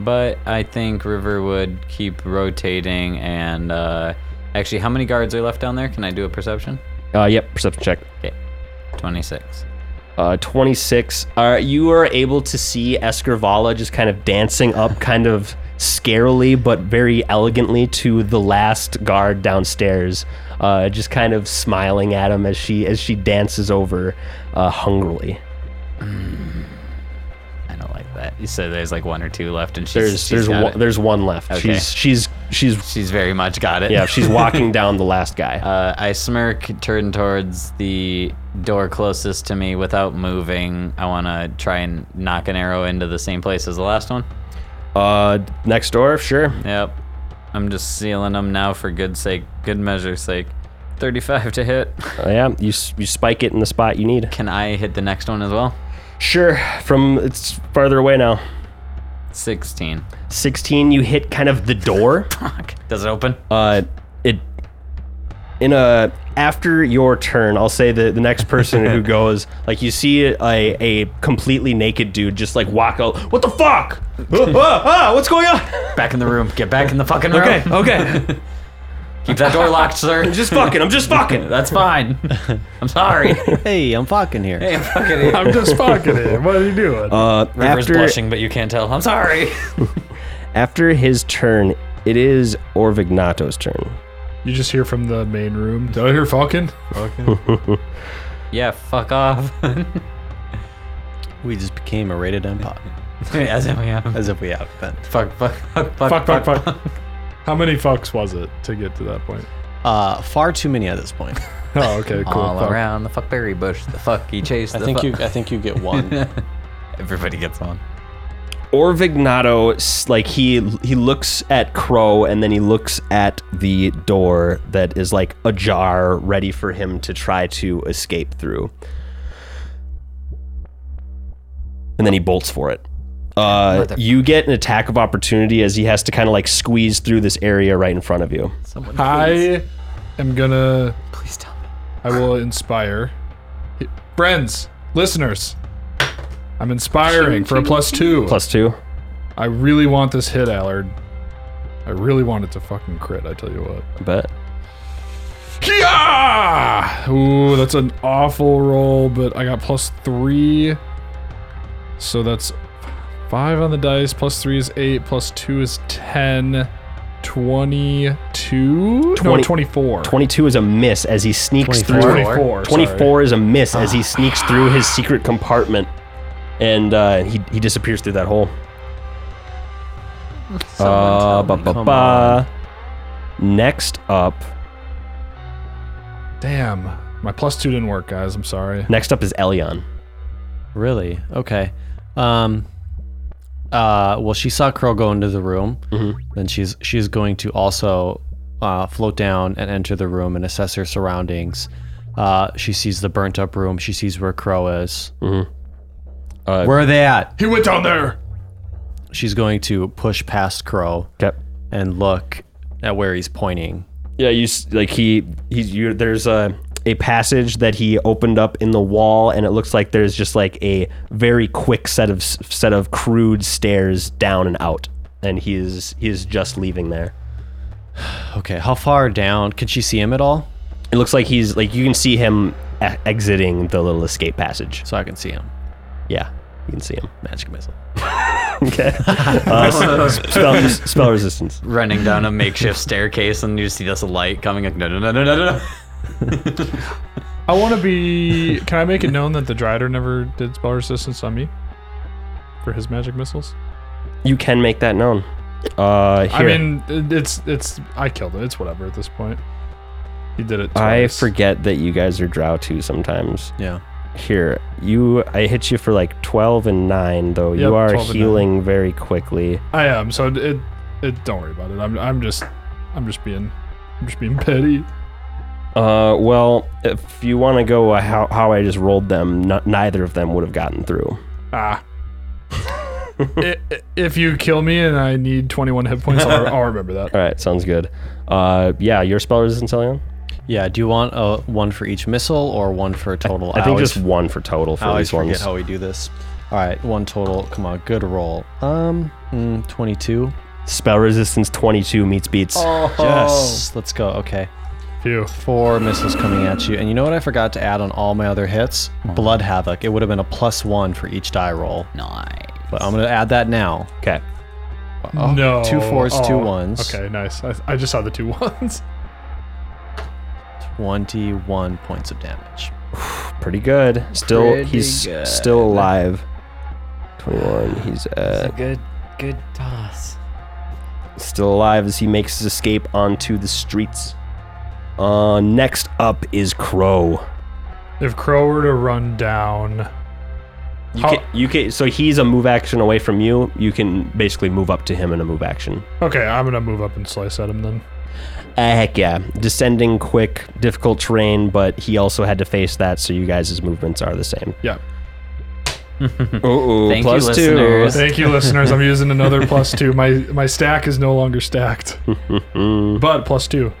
C: But I think River would keep rotating and uh, actually, how many guards are left down there? Can I do a perception?
A: Uh, yep, perception check.
C: 26.
A: Uh, 26. Uh, you are able to see Escarvala just kind of dancing up, kind of scarily, but very elegantly to the last guard downstairs. Uh, just kind of smiling at him as she as she dances over uh, hungrily.
C: I don't like that. You said there's like one or two left, and she's
A: There's
C: she's
A: there's
C: got
A: one,
C: it.
A: there's one left. She's she's she's
C: she's very much got it.
A: yeah she's walking down the last guy.
C: Uh, I smirk, turn towards the door closest to me without moving. I want to try and knock an arrow into the same place as the last one.
A: Uh, next door, sure.
C: Yep. I'm just sealing them now for good sake, good measure's sake. 35 to hit.
A: Uh, yeah, you s- you spike it in the spot you need.
C: Can I hit the next one as well?
A: Sure, from it's farther away now.
C: 16.
A: 16 you hit kind of the door
C: Fuck. Does it open? Oh,
A: uh it in a after your turn i'll say the, the next person who goes like you see a, a completely naked dude just like walk out what the fuck Ah, ah, ah, what's going on
C: Back in the room. Get back in the fucking room.
A: okay okay
C: Keep that door locked, sir.
A: i'm just fucking i'm just fucking
C: That's fine. I'm sorry.
D: Hey, I'm fucking here.
C: Hey, I'm fucking idiot.
B: I'm just fucking it. What are you doing?
A: uh
C: River's
A: after,
C: blushing, but you can't tell. I'm sorry.
A: after his turn it is orvignato's turn
B: you just hear from the main room. Did I hear Falcon?
C: yeah, fuck off.
D: We just became a rated M pod,
C: As if we have.
D: as if we have been.
C: Fuck, fuck, fuck,
B: Fuck, fuck, fuck. How many fucks was it to get to that point?
D: Uh, far too many at this point.
B: Oh, okay, cool.
C: All
B: fuck.
C: around the fuckberry bush, the fuck he chased.
D: I
C: the
D: think
C: fuck.
D: you. I think you get one.
C: Everybody gets one.
A: Orvignato, s- like he he looks at Crow and then he looks at the door that is like ajar, ready for him to try to escape through. And then he bolts for it. Uh, you get an attack of opportunity as he has to kind of like squeeze through this area right in front of you.
C: Someone, please,
B: I am gonna.
C: please tell me.
B: I will inspire. Friends, listeners, I'm inspiring for a plus two.
A: Plus two.
B: I really want this hit, Allard. I really want it to fucking crit, I tell you what.
A: I bet.
B: Yeah! Ooh, that's an awful roll, but I got plus three. So that's five on the dice. Plus three is eight. Plus two is 10. 22? no,
A: Twenty-
B: 24.
A: 22 is a miss as he sneaks through.
B: 24.
A: 24
B: sorry.
A: is a miss as he sneaks through his secret compartment and uh, he, he disappears through that hole. Uh, ba, ba, ba. Next up,
B: Damn. My plus two didn't work, guys. I'm sorry.
A: next up is Elion.
D: Really? Okay. Um. Uh. Well, she saw Crow go into the room.
A: Mm-hmm.
D: Then she's she's going to also uh, float down and enter the room and assess her surroundings. Uh, she sees the burnt up room. She sees where Crow is.
A: Mm-hmm. Uh,
D: where are they at?
B: He went down there.
D: She's going to push past Crow
A: Okay.
D: and look at where he's pointing.
A: Yeah, you s- like he he's you. There's a a passage that he opened up in the wall, and it looks like there's just like a very quick set of s- set of crude stairs down and out, and he is he is just leaving there.
D: Okay. How far down? Can she see him at all?
A: It looks like he's like you can see him e- exiting the little escape passage.
D: So I can see him.
A: Yeah, you can see him.
D: Magic missile.
A: Okay. Uh, s- spell, spell resistance.
C: Running down a makeshift staircase, and you see this light coming. Like, no, no, no, no, no, no.
B: I want to be. Can I make it known that the Drider never did spell resistance on me for his magic missiles?
A: You can make that known. Uh, here.
B: I mean, it- it's it's. I killed it. It's whatever at this point. He did it.
A: I
B: twice.
A: forget that you guys are drow too sometimes.
D: Yeah.
A: Here, you I hit you for like 12 and 9 though.
B: Yep,
A: you are
B: 12 and
A: healing very quickly.
B: I am. So it, it. It. Don't worry about it. I'm. I'm just. I'm just being. I'm just being petty.
A: Uh well, if you want to go uh, how, how I just rolled them, n- neither of them would have gotten through.
B: Ah. I- i- if you kill me and I need 21 hit points, I'll, I'll remember that.
A: All right, sounds good. Uh yeah, your spell resistance Elion?
D: Yeah. Do you want uh, one for each missile or one for a total?
A: I think
D: always-
A: just one for total
D: I
A: for
D: always
A: these
D: forget
A: ones.
D: how we do this. All right, one total. Come on, good roll. Um, mm, 22.
A: Spell resistance 22 meets beats.
D: Oh. Yes, let's go. Okay,
B: Phew.
D: four missiles coming at you, and you know what? I forgot to add on all my other hits. Blood havoc. It would have been a plus one for each die roll,
C: Nice.
D: but I'm gonna add that now. Oh,
A: Okay.
B: no.
D: two fours, two
B: two
D: ones.
B: Okay, nice. I, I just saw the two ones.
D: 21 points of damage.
A: Pretty good. Still
C: Pretty
A: he's
C: good.
A: still alive. 21. He's uh
C: good, good toss.
A: still alive as he makes his escape onto the streets. Uh, next up is Crow.
B: If Crow were to run down,
A: You
B: How-
A: can, you can, so he's a move action away from you. You can basically move up to him in a move action.
B: okay, I'm gonna move up and slice at him then.
A: Uh, heck yeah, descending quick, difficult terrain, but he also had to face that, so you guys' movements are the same.
B: Yeah.
A: Ooh,
C: Thank you, plus two. listeners.
B: Thank you, listeners. I'm using another plus two. My my stack is no longer stacked, but plus two.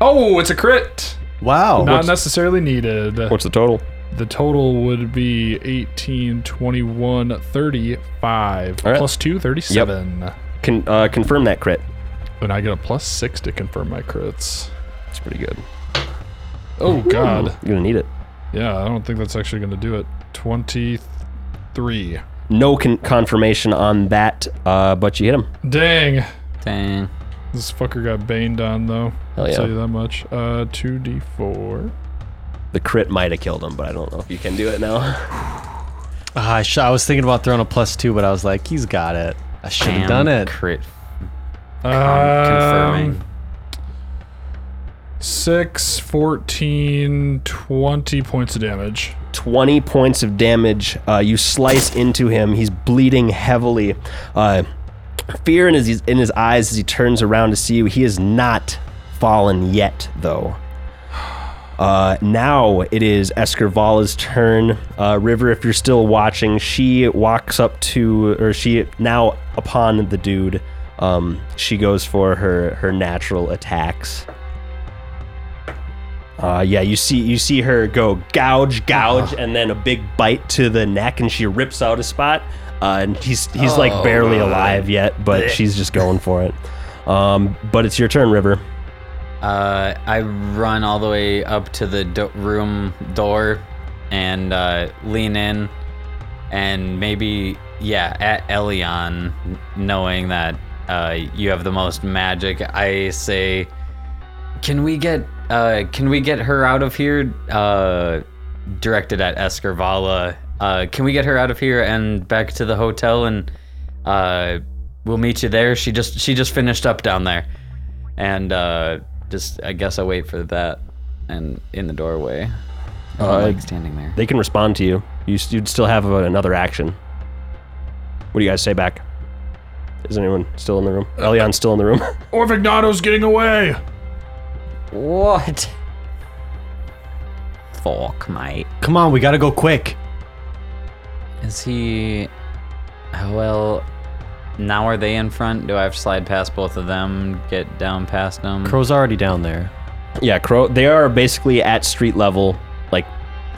B: Oh, it's a crit.
D: Wow.
B: Not necessarily needed.
A: What's the total?
B: The total would be 18, 21, 35.
A: All right.
B: Plus 2, 37.
A: Con, uh, confirm that crit.
B: And I get a plus 6 to confirm my crits.
A: It's pretty good.
B: Oh, God.
A: You're gonna need it.
B: Yeah, I don't think that's actually going to do it. 23.
A: No con- confirmation on that, uh, but you hit him.
B: Dang.
C: Dang.
B: This fucker got baned on, though. I'll
A: yeah.
B: tell you that much. Uh, 2d4.
A: The crit might have killed him, but I don't know if you can do it now.
D: Ah, I, sh- I was thinking about throwing a plus two, but I was like, he's got it. I should have done it.
C: Crit.
B: Um,
C: confirming.
B: 6, 14, 20 points of damage.
A: 20 points of damage. Uh, you slice into him. He's bleeding heavily. Uh, fear in his, in his eyes as he turns around to see you. He is not fallen yet, though. Uh, now it is Escarvala's turn. Uh, River, if you're still watching, she walks up to, or she now upon the dude. Um, she goes for her her natural attacks. Uh, yeah, you see you see her go gouge, gouge, and then a big bite to the neck, and she rips out a spot. Uh, and he's he's like barely alive yet, but she's just going for it. Um, but it's your turn, River.
C: Uh, I run all the way up to the do- room door and uh, lean in, and maybe yeah, at Elion, knowing that uh, you have the most magic, I say, can we get uh, can we get her out of here? Uh, directed at Escarvala. Uh, can we get her out of here and back to the hotel and uh, we'll meet you there. She just she just finished up down there and uh just I guess I wait for that and in the doorway. I don't
A: Uh,
C: like standing there.
A: They can respond to you. you s- you'd still have uh, another action. What do you guys say back? Is anyone still in the room? Elion's still in the room.
B: Orvignato's getting away.
C: What? Fuck, mate.
D: Come on, we gotta go quick.
C: Is he? oh, Well, now are they in front? Do I have to slide past both of them? Get down past them?
D: Crow's already down there.
A: yeah, Crow. They are basically at street level, like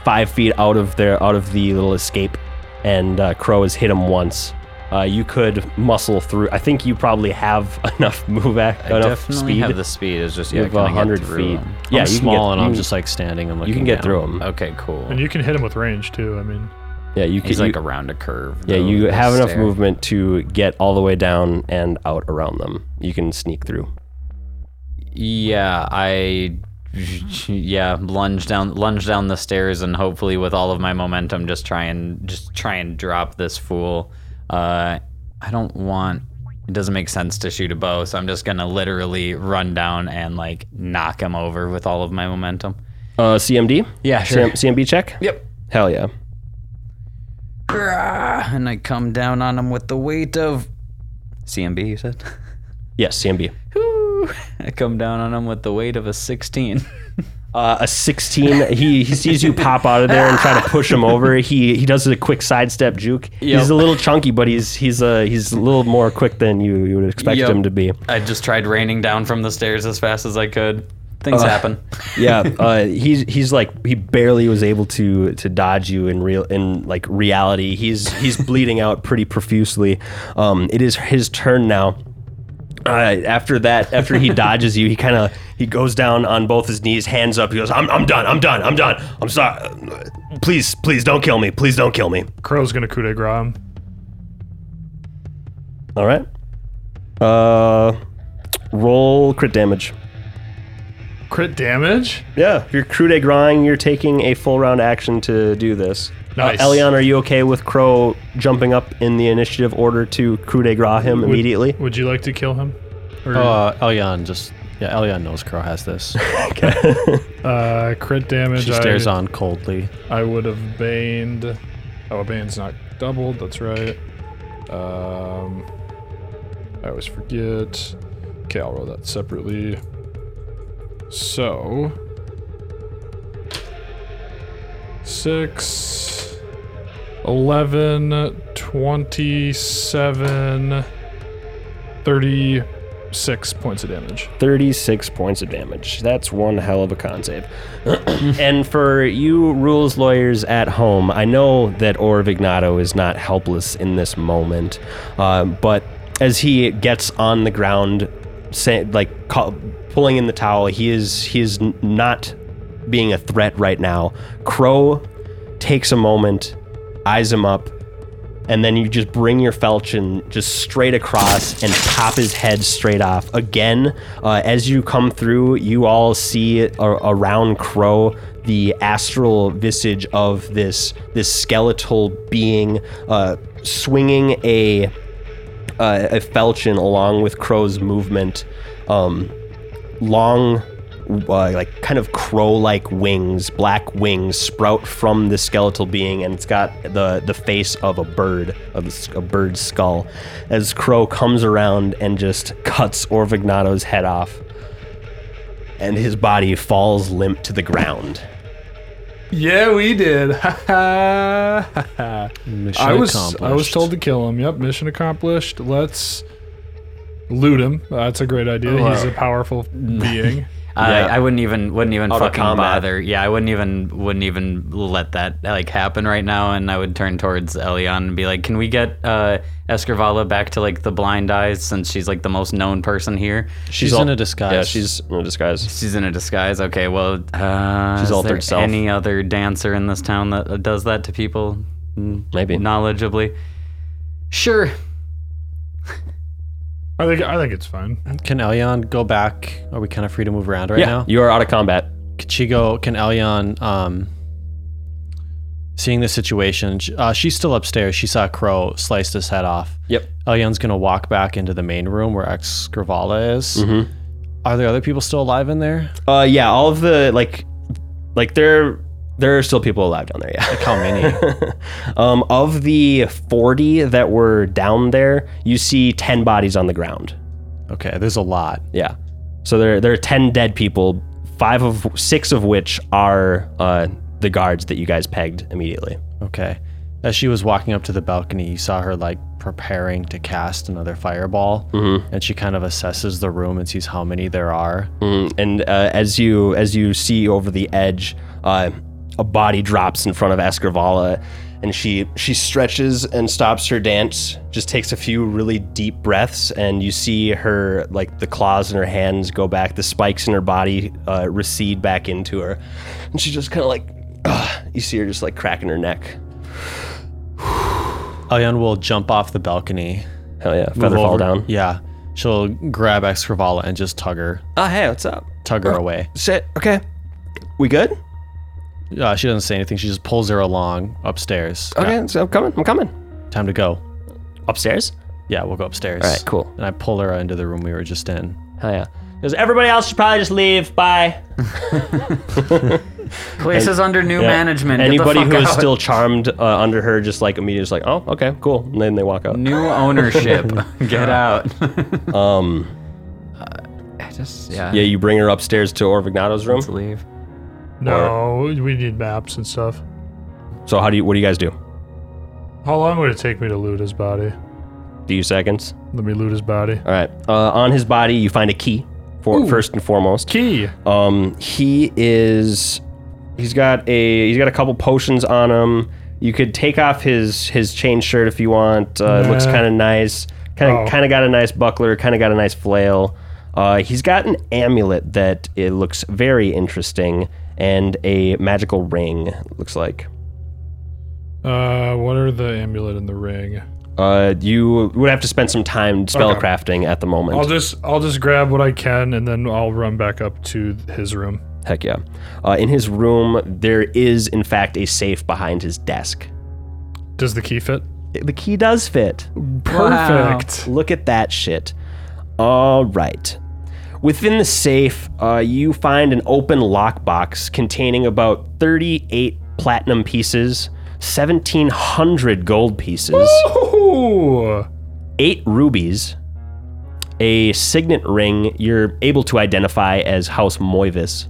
A: five feet out of their out of the little escape, and uh, Crow has hit him once. Uh, you could muscle through. I think you probably have enough move act,
C: I
A: enough
C: definitely
A: speed.
C: have the speed. It's just
A: you
C: yeah,
A: have
C: can I get
A: 100
C: through
A: feet.
C: them?
A: Yeah,
D: I'm
A: you
D: small
A: can get,
D: and I'm
A: you-
D: just like standing and looking.
C: Uh,
A: you can get
D: down.
A: through him.
C: Okay, cool.
B: And you can hit him with range, too. I mean,
A: Yeah, you can.
C: He's like
A: you-
C: around a curve.
A: yeah,
C: though,
A: you
C: Oh, the
A: have enough
C: stair.
A: movement to get all the way down and out around them. You can sneak through.
C: Yeah, I yeah, lunge down lunge down the stairs and hopefully with all of my momentum just try and just try and drop this fool. Uh I don't want it doesn't make sense to shoot a bow, so I'm just going to literally run down and like knock him over with all of my momentum.
A: Uh, CMD.
C: Yeah,
A: CM, CMB check.
C: Yep.
A: Hell yeah.
C: Grah, And I come down on him with the weight of CMB, you said?
A: Yes, CMB.
C: Whew. I come down on him with the weight of a 16.
A: Uh, a 16. He, he sees you pop out of there and try to push him over. He he does a quick sidestep juke. He's a little chunky, but he's he's uh, he's a little more quick than you, you would expect
C: Yep.
A: him to be.
C: I just tried raining down from the stairs as fast as I could. Things happen.
A: Yeah, uh, he's he's like he barely was able to to dodge you in real in like reality. He's he's bleeding out pretty profusely. Um, it is his turn now. Uh, after that, after he dodges you, he kind of he goes down on both his knees, hands up. He goes, "I'm I'm done. I'm done. I'm done. I'm sorry. Please, please don't kill me. Please don't kill me."
B: Crow's gonna coup de grace him.
A: All right. Uh, roll crit damage.
B: Crit damage.
A: Yeah, you're crude de grying. You're taking a full round action to do this.
B: Nice.
A: Uh, Elion, are you okay with Crow jumping up in the initiative order to coup de grace him
B: Would-
A: immediately?
B: Would you like to kill him? Or,
D: Uh, Elyon just yeah, Elyon knows Crow has this.
B: uh, crit damage.
D: She stares
B: I,
D: on coldly.
B: I would have baned. Oh, bane's not doubled. That's right. Um, I always forget. Okay, I'll roll that separately. So six, eleven, twenty-seven, thirty-six points of damage.
A: 36 points of damage. That's one hell of a con save. and for you rules lawyers at home, I know that Orvignato is not helpless in this moment, um, but as he gets on the ground, say, like ca- pulling in the towel, he is he is n- not being a threat right now. Crow takes a moment, eyes him up, and then you just bring your falchion just straight across and pop his head straight off. Again, uh, as you come through, you all see a- around Crow the astral visage of this this skeletal being uh, swinging a uh, a falchion along with Crow's movement. Um, long, uh, like kind of crow-like wings, black wings sprout from the skeletal being, and it's got the the face of a bird, of a s- a bird's skull. As Crow comes around and just cuts Orvignato's head off, and his body falls limp to the ground.
B: Yeah, we did. Ha ha ha ha.
D: Mission
B: I was I
D: accomplished.
B: was told to kill him. Yep, mission accomplished. Let's loot him. That's a great idea. He's a powerful being.
C: I,
A: Yeah.
C: I wouldn't even wouldn't even
A: Out of
C: fucking
A: combat.
C: bother. Yeah, I wouldn't even wouldn't even let that like happen right now. And I would turn towards Elion and be like, "Can we get uh, Escarvala back to like the blind eyes since she's like the most known person here?
D: She's in a disguise.
A: Yeah, she's in a disguise.
C: She's in a disguise. Okay, well, uh, she's
A: altered
C: there
A: self.
C: Any other dancer in this town that does that to people? Mm,
A: Maybe.
C: knowledgeably. Sure.
B: I think I think it's fine.
D: Can Elyon go back? Are we kind of free to move around right
A: yeah,
D: now?
A: you are out of combat.
D: Could she go? Can Elyon, um, seeing this situation, sh- uh, she's still upstairs. She saw Crow slice this head off.
A: Yep.
D: Elyon's gonna walk back into the main room where ex Gravala is. Are there other people still alive in there?
A: Uh, yeah, all of the like, like there there are still people alive down there. Yeah.
D: How many?
A: um, of the 40 that were down there, you see 10 bodies on the ground.
D: okay, there's a lot.
A: Yeah. So there, there are 10 dead people, five of six of which are uh, the guards that you guys pegged immediately.
D: Okay. As she was walking up to the balcony, you saw her like preparing to cast another fireball,
A: Mm-hmm.
D: and she kind of assesses the room and sees how many there are.
A: Mm, and uh, as you as you see over the edge, uh, a body drops in front of Escarvala, and she she stretches and stops her dance. Just takes a few really deep breaths, and you see her like the claws in her hands go back, the spikes in her body uh, recede back into her, and she just kind of like, you see her just like cracking her neck.
D: Ayan will jump off the balcony.
A: Hell yeah.
D: move
A: Feather fall
D: over-
A: down.
D: Yeah. She'll grab Excravala and just tug her,
A: Oh, hey, what's up?
D: tug her away.
A: Shit. Okay. We good?
D: Uh, she doesn't say anything. She just pulls her along upstairs.
A: Okay. So I'm coming. I'm coming.
D: Yeah, time to go.
A: Upstairs?
D: Yeah, we'll go upstairs.
A: All right, cool.
D: And I pull her into the room we were just in.
A: Hell yeah.
H: Because everybody else should probably just leave. Bye.
C: Place is under new management.
A: Anybody who is
C: out.
A: still charmed uh, under her just like immediately is like, oh, okay, cool. And then they walk out.
C: new ownership. Get out.
A: Um,
C: I just yeah.
A: yeah, you bring her upstairs to Orvignato's room.
C: Let's leave.
B: No, we need maps and stuff.
A: So how do you? What do you guys do?
B: How long would it take me to loot his body?
A: Do you seconds?
B: Let me loot his body.
A: All right. Uh, on his body, you find a key. For first and foremost,
B: Key.
A: um, he is. He's got a. He's got a couple potions on him. You could take off his his chain shirt if you want. Uh, It looks
B: Nah.
A: kind of nice. Kind of
B: Oh.
A: kind of got a nice buckler. Kind of got a nice flail. Uh, he's got an amulet that it looks very interesting, and a magical ring. it Looks like.
B: Uh, what are the amulet and the ring?
A: Uh, you would have to spend some time spellcrafting at the moment.
B: I'll just I'll just grab what I can and then I'll run back up to his room.
A: Heck yeah. Uh, in his room, there is, in fact, a safe behind his desk.
B: Does the key fit?
A: The key does fit.
B: Perfect.
A: Look at that shit. All right. Within the safe, uh, you find an open lockbox containing about 38 platinum pieces, 1,700 gold pieces,
B: Ooh.
A: eight rubies, a signet ring you're able to identify as House Moivis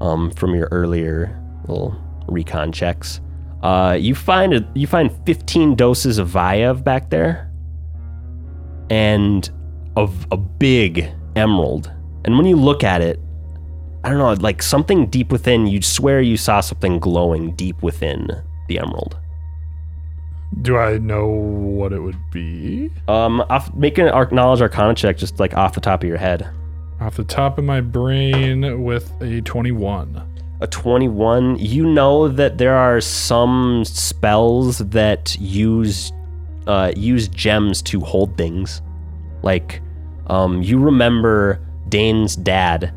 A: um, from your earlier little recon checks. Uh, you find a, you find 15 doses of Viev back there, and of a big emerald. And when you look at it, I don't know, like something deep within. You'd swear you saw something glowing deep within the emerald.
B: Do I know what it would be?
A: Um, off, make an arc knowledge arcana check just like off the top of your head.
B: Off the top of my brain with a 21.
A: A 21, you know that there are some spells that use uh, use gems to hold things. Like, um, you remember Dane's dad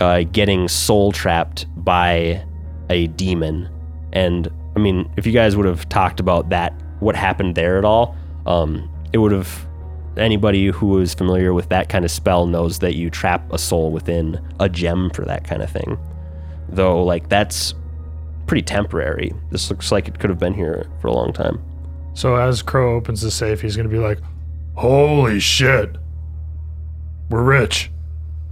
A: uh, getting soul trapped by a demon. And I mean, if you guys would have talked about that, what happened there at all, um, it would have. Anybody who is familiar with that kind of spell knows that you trap a soul within a gem for that kind of thing. Though, like, that's pretty temporary. This looks like it could have been here for a long time.
B: So as Crow opens the safe, he's gonna be like, "Holy shit, we're rich."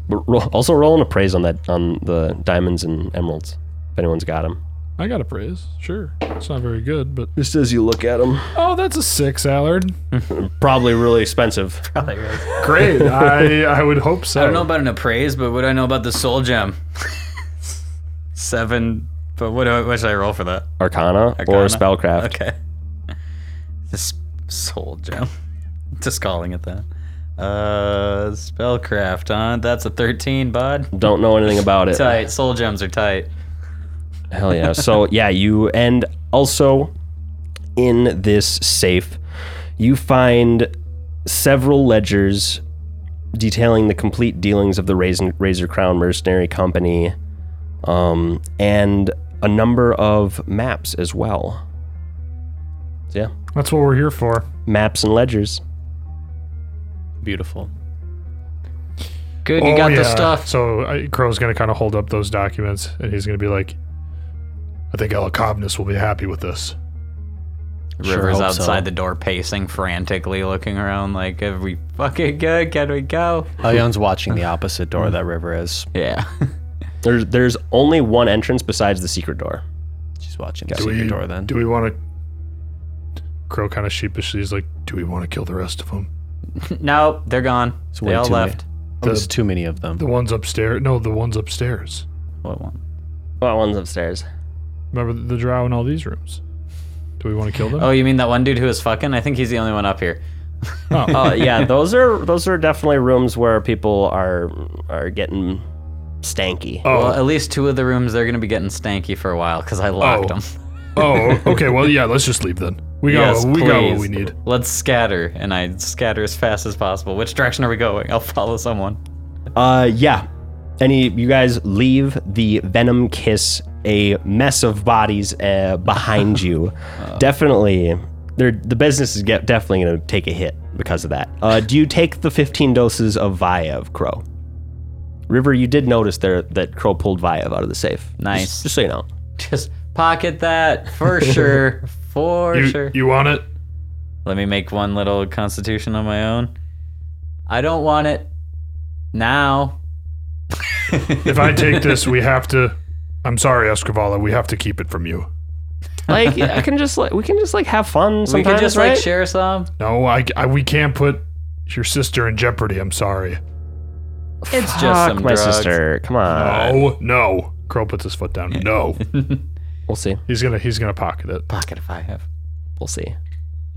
A: But roll, also, roll an appraise on that on the diamonds and emeralds if anyone's got them.
B: I got a praise, sure. It's not very good, but
A: Just as you look at them,
B: oh, that's a six, Allard.
A: probably really expensive.
C: I
B: Great. I I would hope so.
C: don't know about an appraise, but what do I know about the soul gem? Seven. But what, do I- what should I roll for that?
A: Arcana, or
C: Arcana.
A: spellcraft.
C: Okay. This soul gem. Just calling it that. Uh, spellcraft, huh? That's a 13, bud.
A: Don't know anything about it.
C: Tight. Soul gems are tight.
A: Hell yeah. So yeah, you and also in this safe, you find several ledgers detailing the complete dealings of the Razor, Razor Crown Mercenary Company, um, and a number of maps as well. So, yeah,
B: That's what we're here for.
A: maps and ledgers.
D: Beautiful.
C: Good, you
B: Oh,
C: got
B: yeah.
C: the stuff.
B: So I, Crow's gonna kind of hold up those documents, and he's gonna be like, "I think Elacobnus will be happy with this."
D: Sure
C: River's
D: hope so.
C: outside the door, pacing frantically, looking around like, "Are we fucking good? Can we go?"
D: Ayan's watching the opposite door that River is.
C: Yeah.
A: There's there's only one entrance besides the secret door.
D: She's watching the secret door then.
B: Do we want to? Crow kind of sheepishly is like, "Do we want to kill the rest of them?
C: nope, they're gone.
D: way
C: they all
D: too many.
C: left.
D: There's too many of them.
B: The ones upstairs? No, the ones upstairs.
C: What one?
A: Well, one's upstairs.
B: Remember the the drow in all these rooms? Do we want to kill them?
C: Oh, you mean that one dude who was fucking? I think he's the only one up here.
B: Oh,
A: Uh, yeah, those are those are definitely rooms where people are are getting stanky.
B: Oh.
C: Well, at least two of the rooms they're gonna be getting stanky for a while because I locked
B: Oh.
C: them.
B: Oh, okay. Well, yeah. Let's just leave then. We got
C: Yes,
B: what, we got what
C: please.
B: we need.
C: Let's scatter, and I scatter as fast as possible. Which direction are we going? I'll follow someone.
A: Uh, yeah. Any you guys leave the venom kiss a mess of bodies uh, behind you. Definitely, they're, the business is get, definitely going to take a hit because of that. Uh, do you take the 15 doses of Viev, Crow? River, you did notice there that Crow pulled Viev out of the safe.
C: Nice.
A: Just, just so you know.
C: Just pocket that for sure, for
B: You,
C: sure.
B: you want it?
C: Let me make one little constitution on my own. I don't want it now.
B: If I take this, we have to. I'm sorry, Escavala. We have to keep it from you.
A: Like I can just like we can just like have fun
C: we
A: sometimes,
C: could just
A: right?
C: like share some.
B: No, I, I we can't put your sister in jeopardy. I'm sorry.
C: It's just
A: Fuck
C: some
A: my
C: drugs.
A: sister. Ah, Come on.
B: no, Oh, no. Crow puts his foot down. No,
A: We'll see.
B: he's gonna he's gonna pocket it.
C: Pocket if I have.
A: we'll see.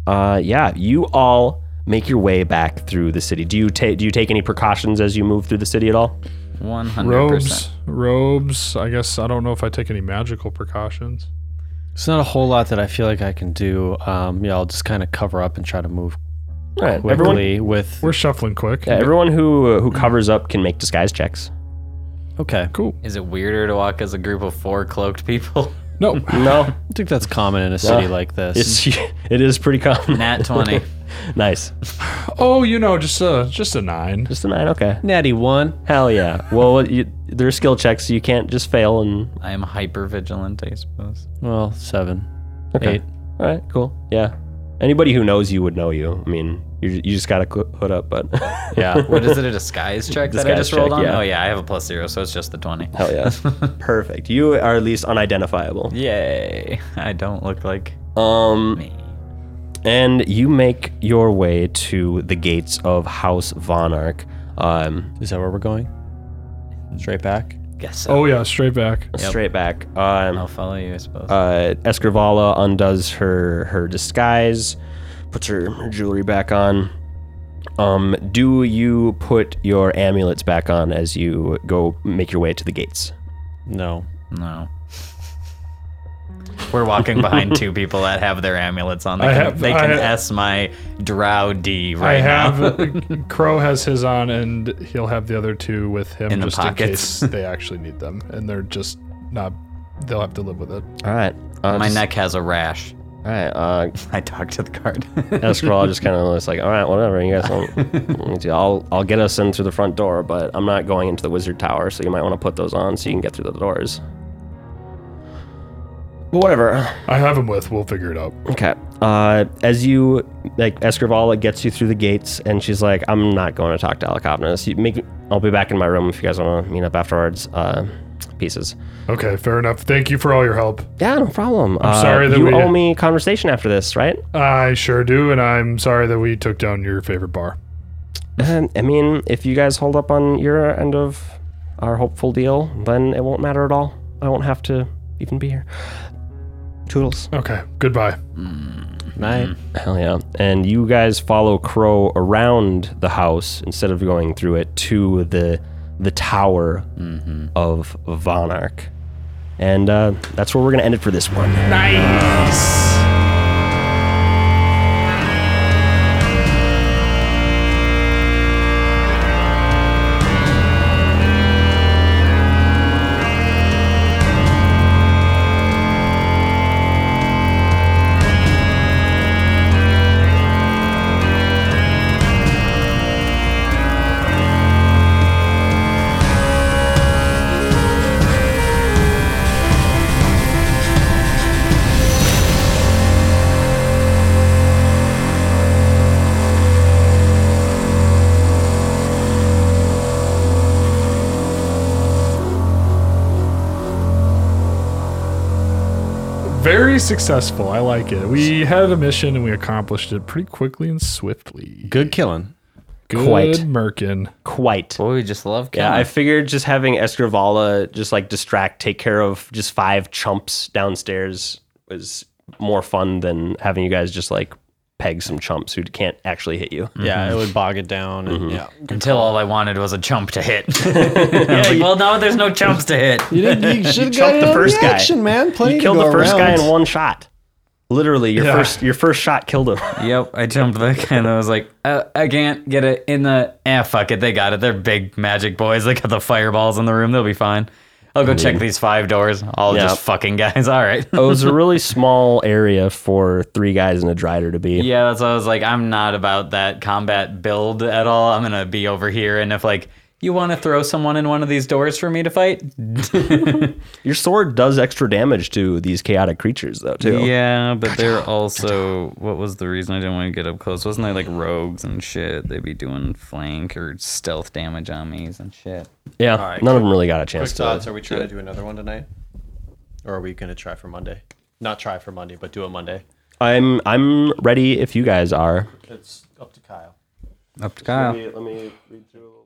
A: Uh, yeah, you all make your way back through the city. Do you take do you take any precautions as you move through the city at all?
C: One hundred percent.
B: Robes, robes. I guess I don't know if I take any magical precautions.
D: It's not a whole lot that I feel like I can do. Um, yeah, I'll just kind of cover up and try to move
A: All right, everyone.
D: quickly with.
B: We're shuffling quick.
A: yeah, everyone who who covers up can make disguise checks.
D: Okay,
B: Cool.
C: Is it weirder to walk as a group of four cloaked people?
B: No,
A: No,
D: I think that's common in a city like this.
A: it's it is pretty common.
C: Nat twenty.
A: nice,
B: Oh, you know, just a just a nine.
A: just a nine. Okay,
D: natty one.
A: hell yeah. Well, what you, there are skill checks, so you can't just fail. And
C: I am hyper vigilant, I suppose.
D: Well, seven,
A: Okay.
D: eight.
A: all right, cool. Yeah, anybody who knows you would know you. I mean, you you just gotta cl- hood up, but
D: Yeah.
C: What is it? A disguise check that I
A: Disguise
C: just rolled
A: check,
C: on?
A: yeah.
C: Oh yeah, I have a plus zero, so it's just the twenty.
A: hell yeah, perfect. You are at least unidentifiable.
C: Yay! I don't look like
A: Um.
C: me.
A: and you make your way to the gates of House Vonarch. Um,
D: Is that where we're going? Straight back.
C: Guess so.
B: Oh yeah, straight back.
A: Straight back. Um,
C: I'll follow you, I suppose.
A: uh, Escrivala undoes her her disguise, puts her, her jewelry back on. Um, do you put your amulets back on as you go make your way to the gates?
D: No.
C: no. We're walking behind two people that have their amulets on. They
B: I
C: can,
B: have-
C: they
B: I
C: can
B: have-
C: S my drow D
B: I
C: right now.
B: have Crow has his on, and he'll have the other two with him
C: In the
B: just
C: pockets.
B: in case they actually need them, and they're just not. They'll have to live with it.
A: All right. Uh,
C: my
A: just-
C: neck has a rash.
A: All right. Uh,
C: I talked to the guard.
A: Escrivala just kind of looks like, all right, whatever. You guys, don't, I'll I'll get us in through the front door, but I'm not going into the wizard tower, so you might want to put those on so you can get through the doors. But whatever.
B: I have him with. We'll figure it out.
A: Okay. Uh, as you like, Escrivala gets you through the gates, and she's like, "I'm not going to talk to Alicopnus. You make. I'll be back in my room if you guys want to meet up afterwards." Uh, pieces.
B: Okay, fair enough. Thank you for all your help.
A: Yeah, no problem. I'm
B: sorry that
A: you
B: we-
A: owe me conversation after this, right?
B: I sure do, and I'm sorry that we took down your favorite bar.
A: Um, I mean, if you guys hold up on your end of our hopeful deal, then it won't matter at all. I won't have to even be here. Toodles.
B: Okay, goodbye.
A: Mm-hmm.
D: Night.
A: Hell yeah. And you guys follow Crow around the house instead of going through it to the the tower of Vonarch. And uh, that's where we're going to end it for this one.
B: Very successful. I like it. We had a mission and we accomplished it pretty quickly and swiftly.
D: Good killing.
B: Good
A: Quite.
B: Merkin.
A: Quite.
C: Boy, we just love
A: Yeah,
C: killing.
A: I figured just having Escrivala just like distract, take care of just five chumps downstairs was more fun than having you guys just like peg some chumps who can't actually hit you.
I: Yeah, it would bog it down. And,
A: Mm-hmm.
I: Yeah.
C: Until all I wanted was a chump to hit. Like, well, now there's no chumps to hit.
I: You didn't. You should
A: got it the on first the guy. action,
I: man. Play
A: You killed the first guy in one shot. Literally, your first your first shot killed him.
C: Yep, I jumped the guy and I was like, uh, I can't get it in the. Ah, fuck it. They got it. They're big magic boys. They got the fireballs in the room. They'll be fine. I'll go check these five doors. All
A: Yeah. Oh.
C: just fucking guys. All right.
A: it was a really small area for three guys and a drider to be.
C: Yeah, that's why I was like, I'm not about that combat build at all. I'm gonna be over here, and if like you want to throw someone in one of these doors for me to fight,
A: Your sword does extra damage to these chaotic creatures, though, too.
C: yeah, but they're also what was the reason I didn't want to get up close? Wasn't they like rogues and shit? They'd be doing flank or stealth damage on me and shit.
A: Yeah,
D: right,
A: none of them really got a chance
D: Quick
A: to.
D: thoughts. Are we trying to do another one tonight? Or are we going to try for Monday? Not try for Monday, but do it Monday.
A: I'm I'm ready if you guys are.
D: It's up to Kyle.
C: Up to Kyle.
A: Let me read through.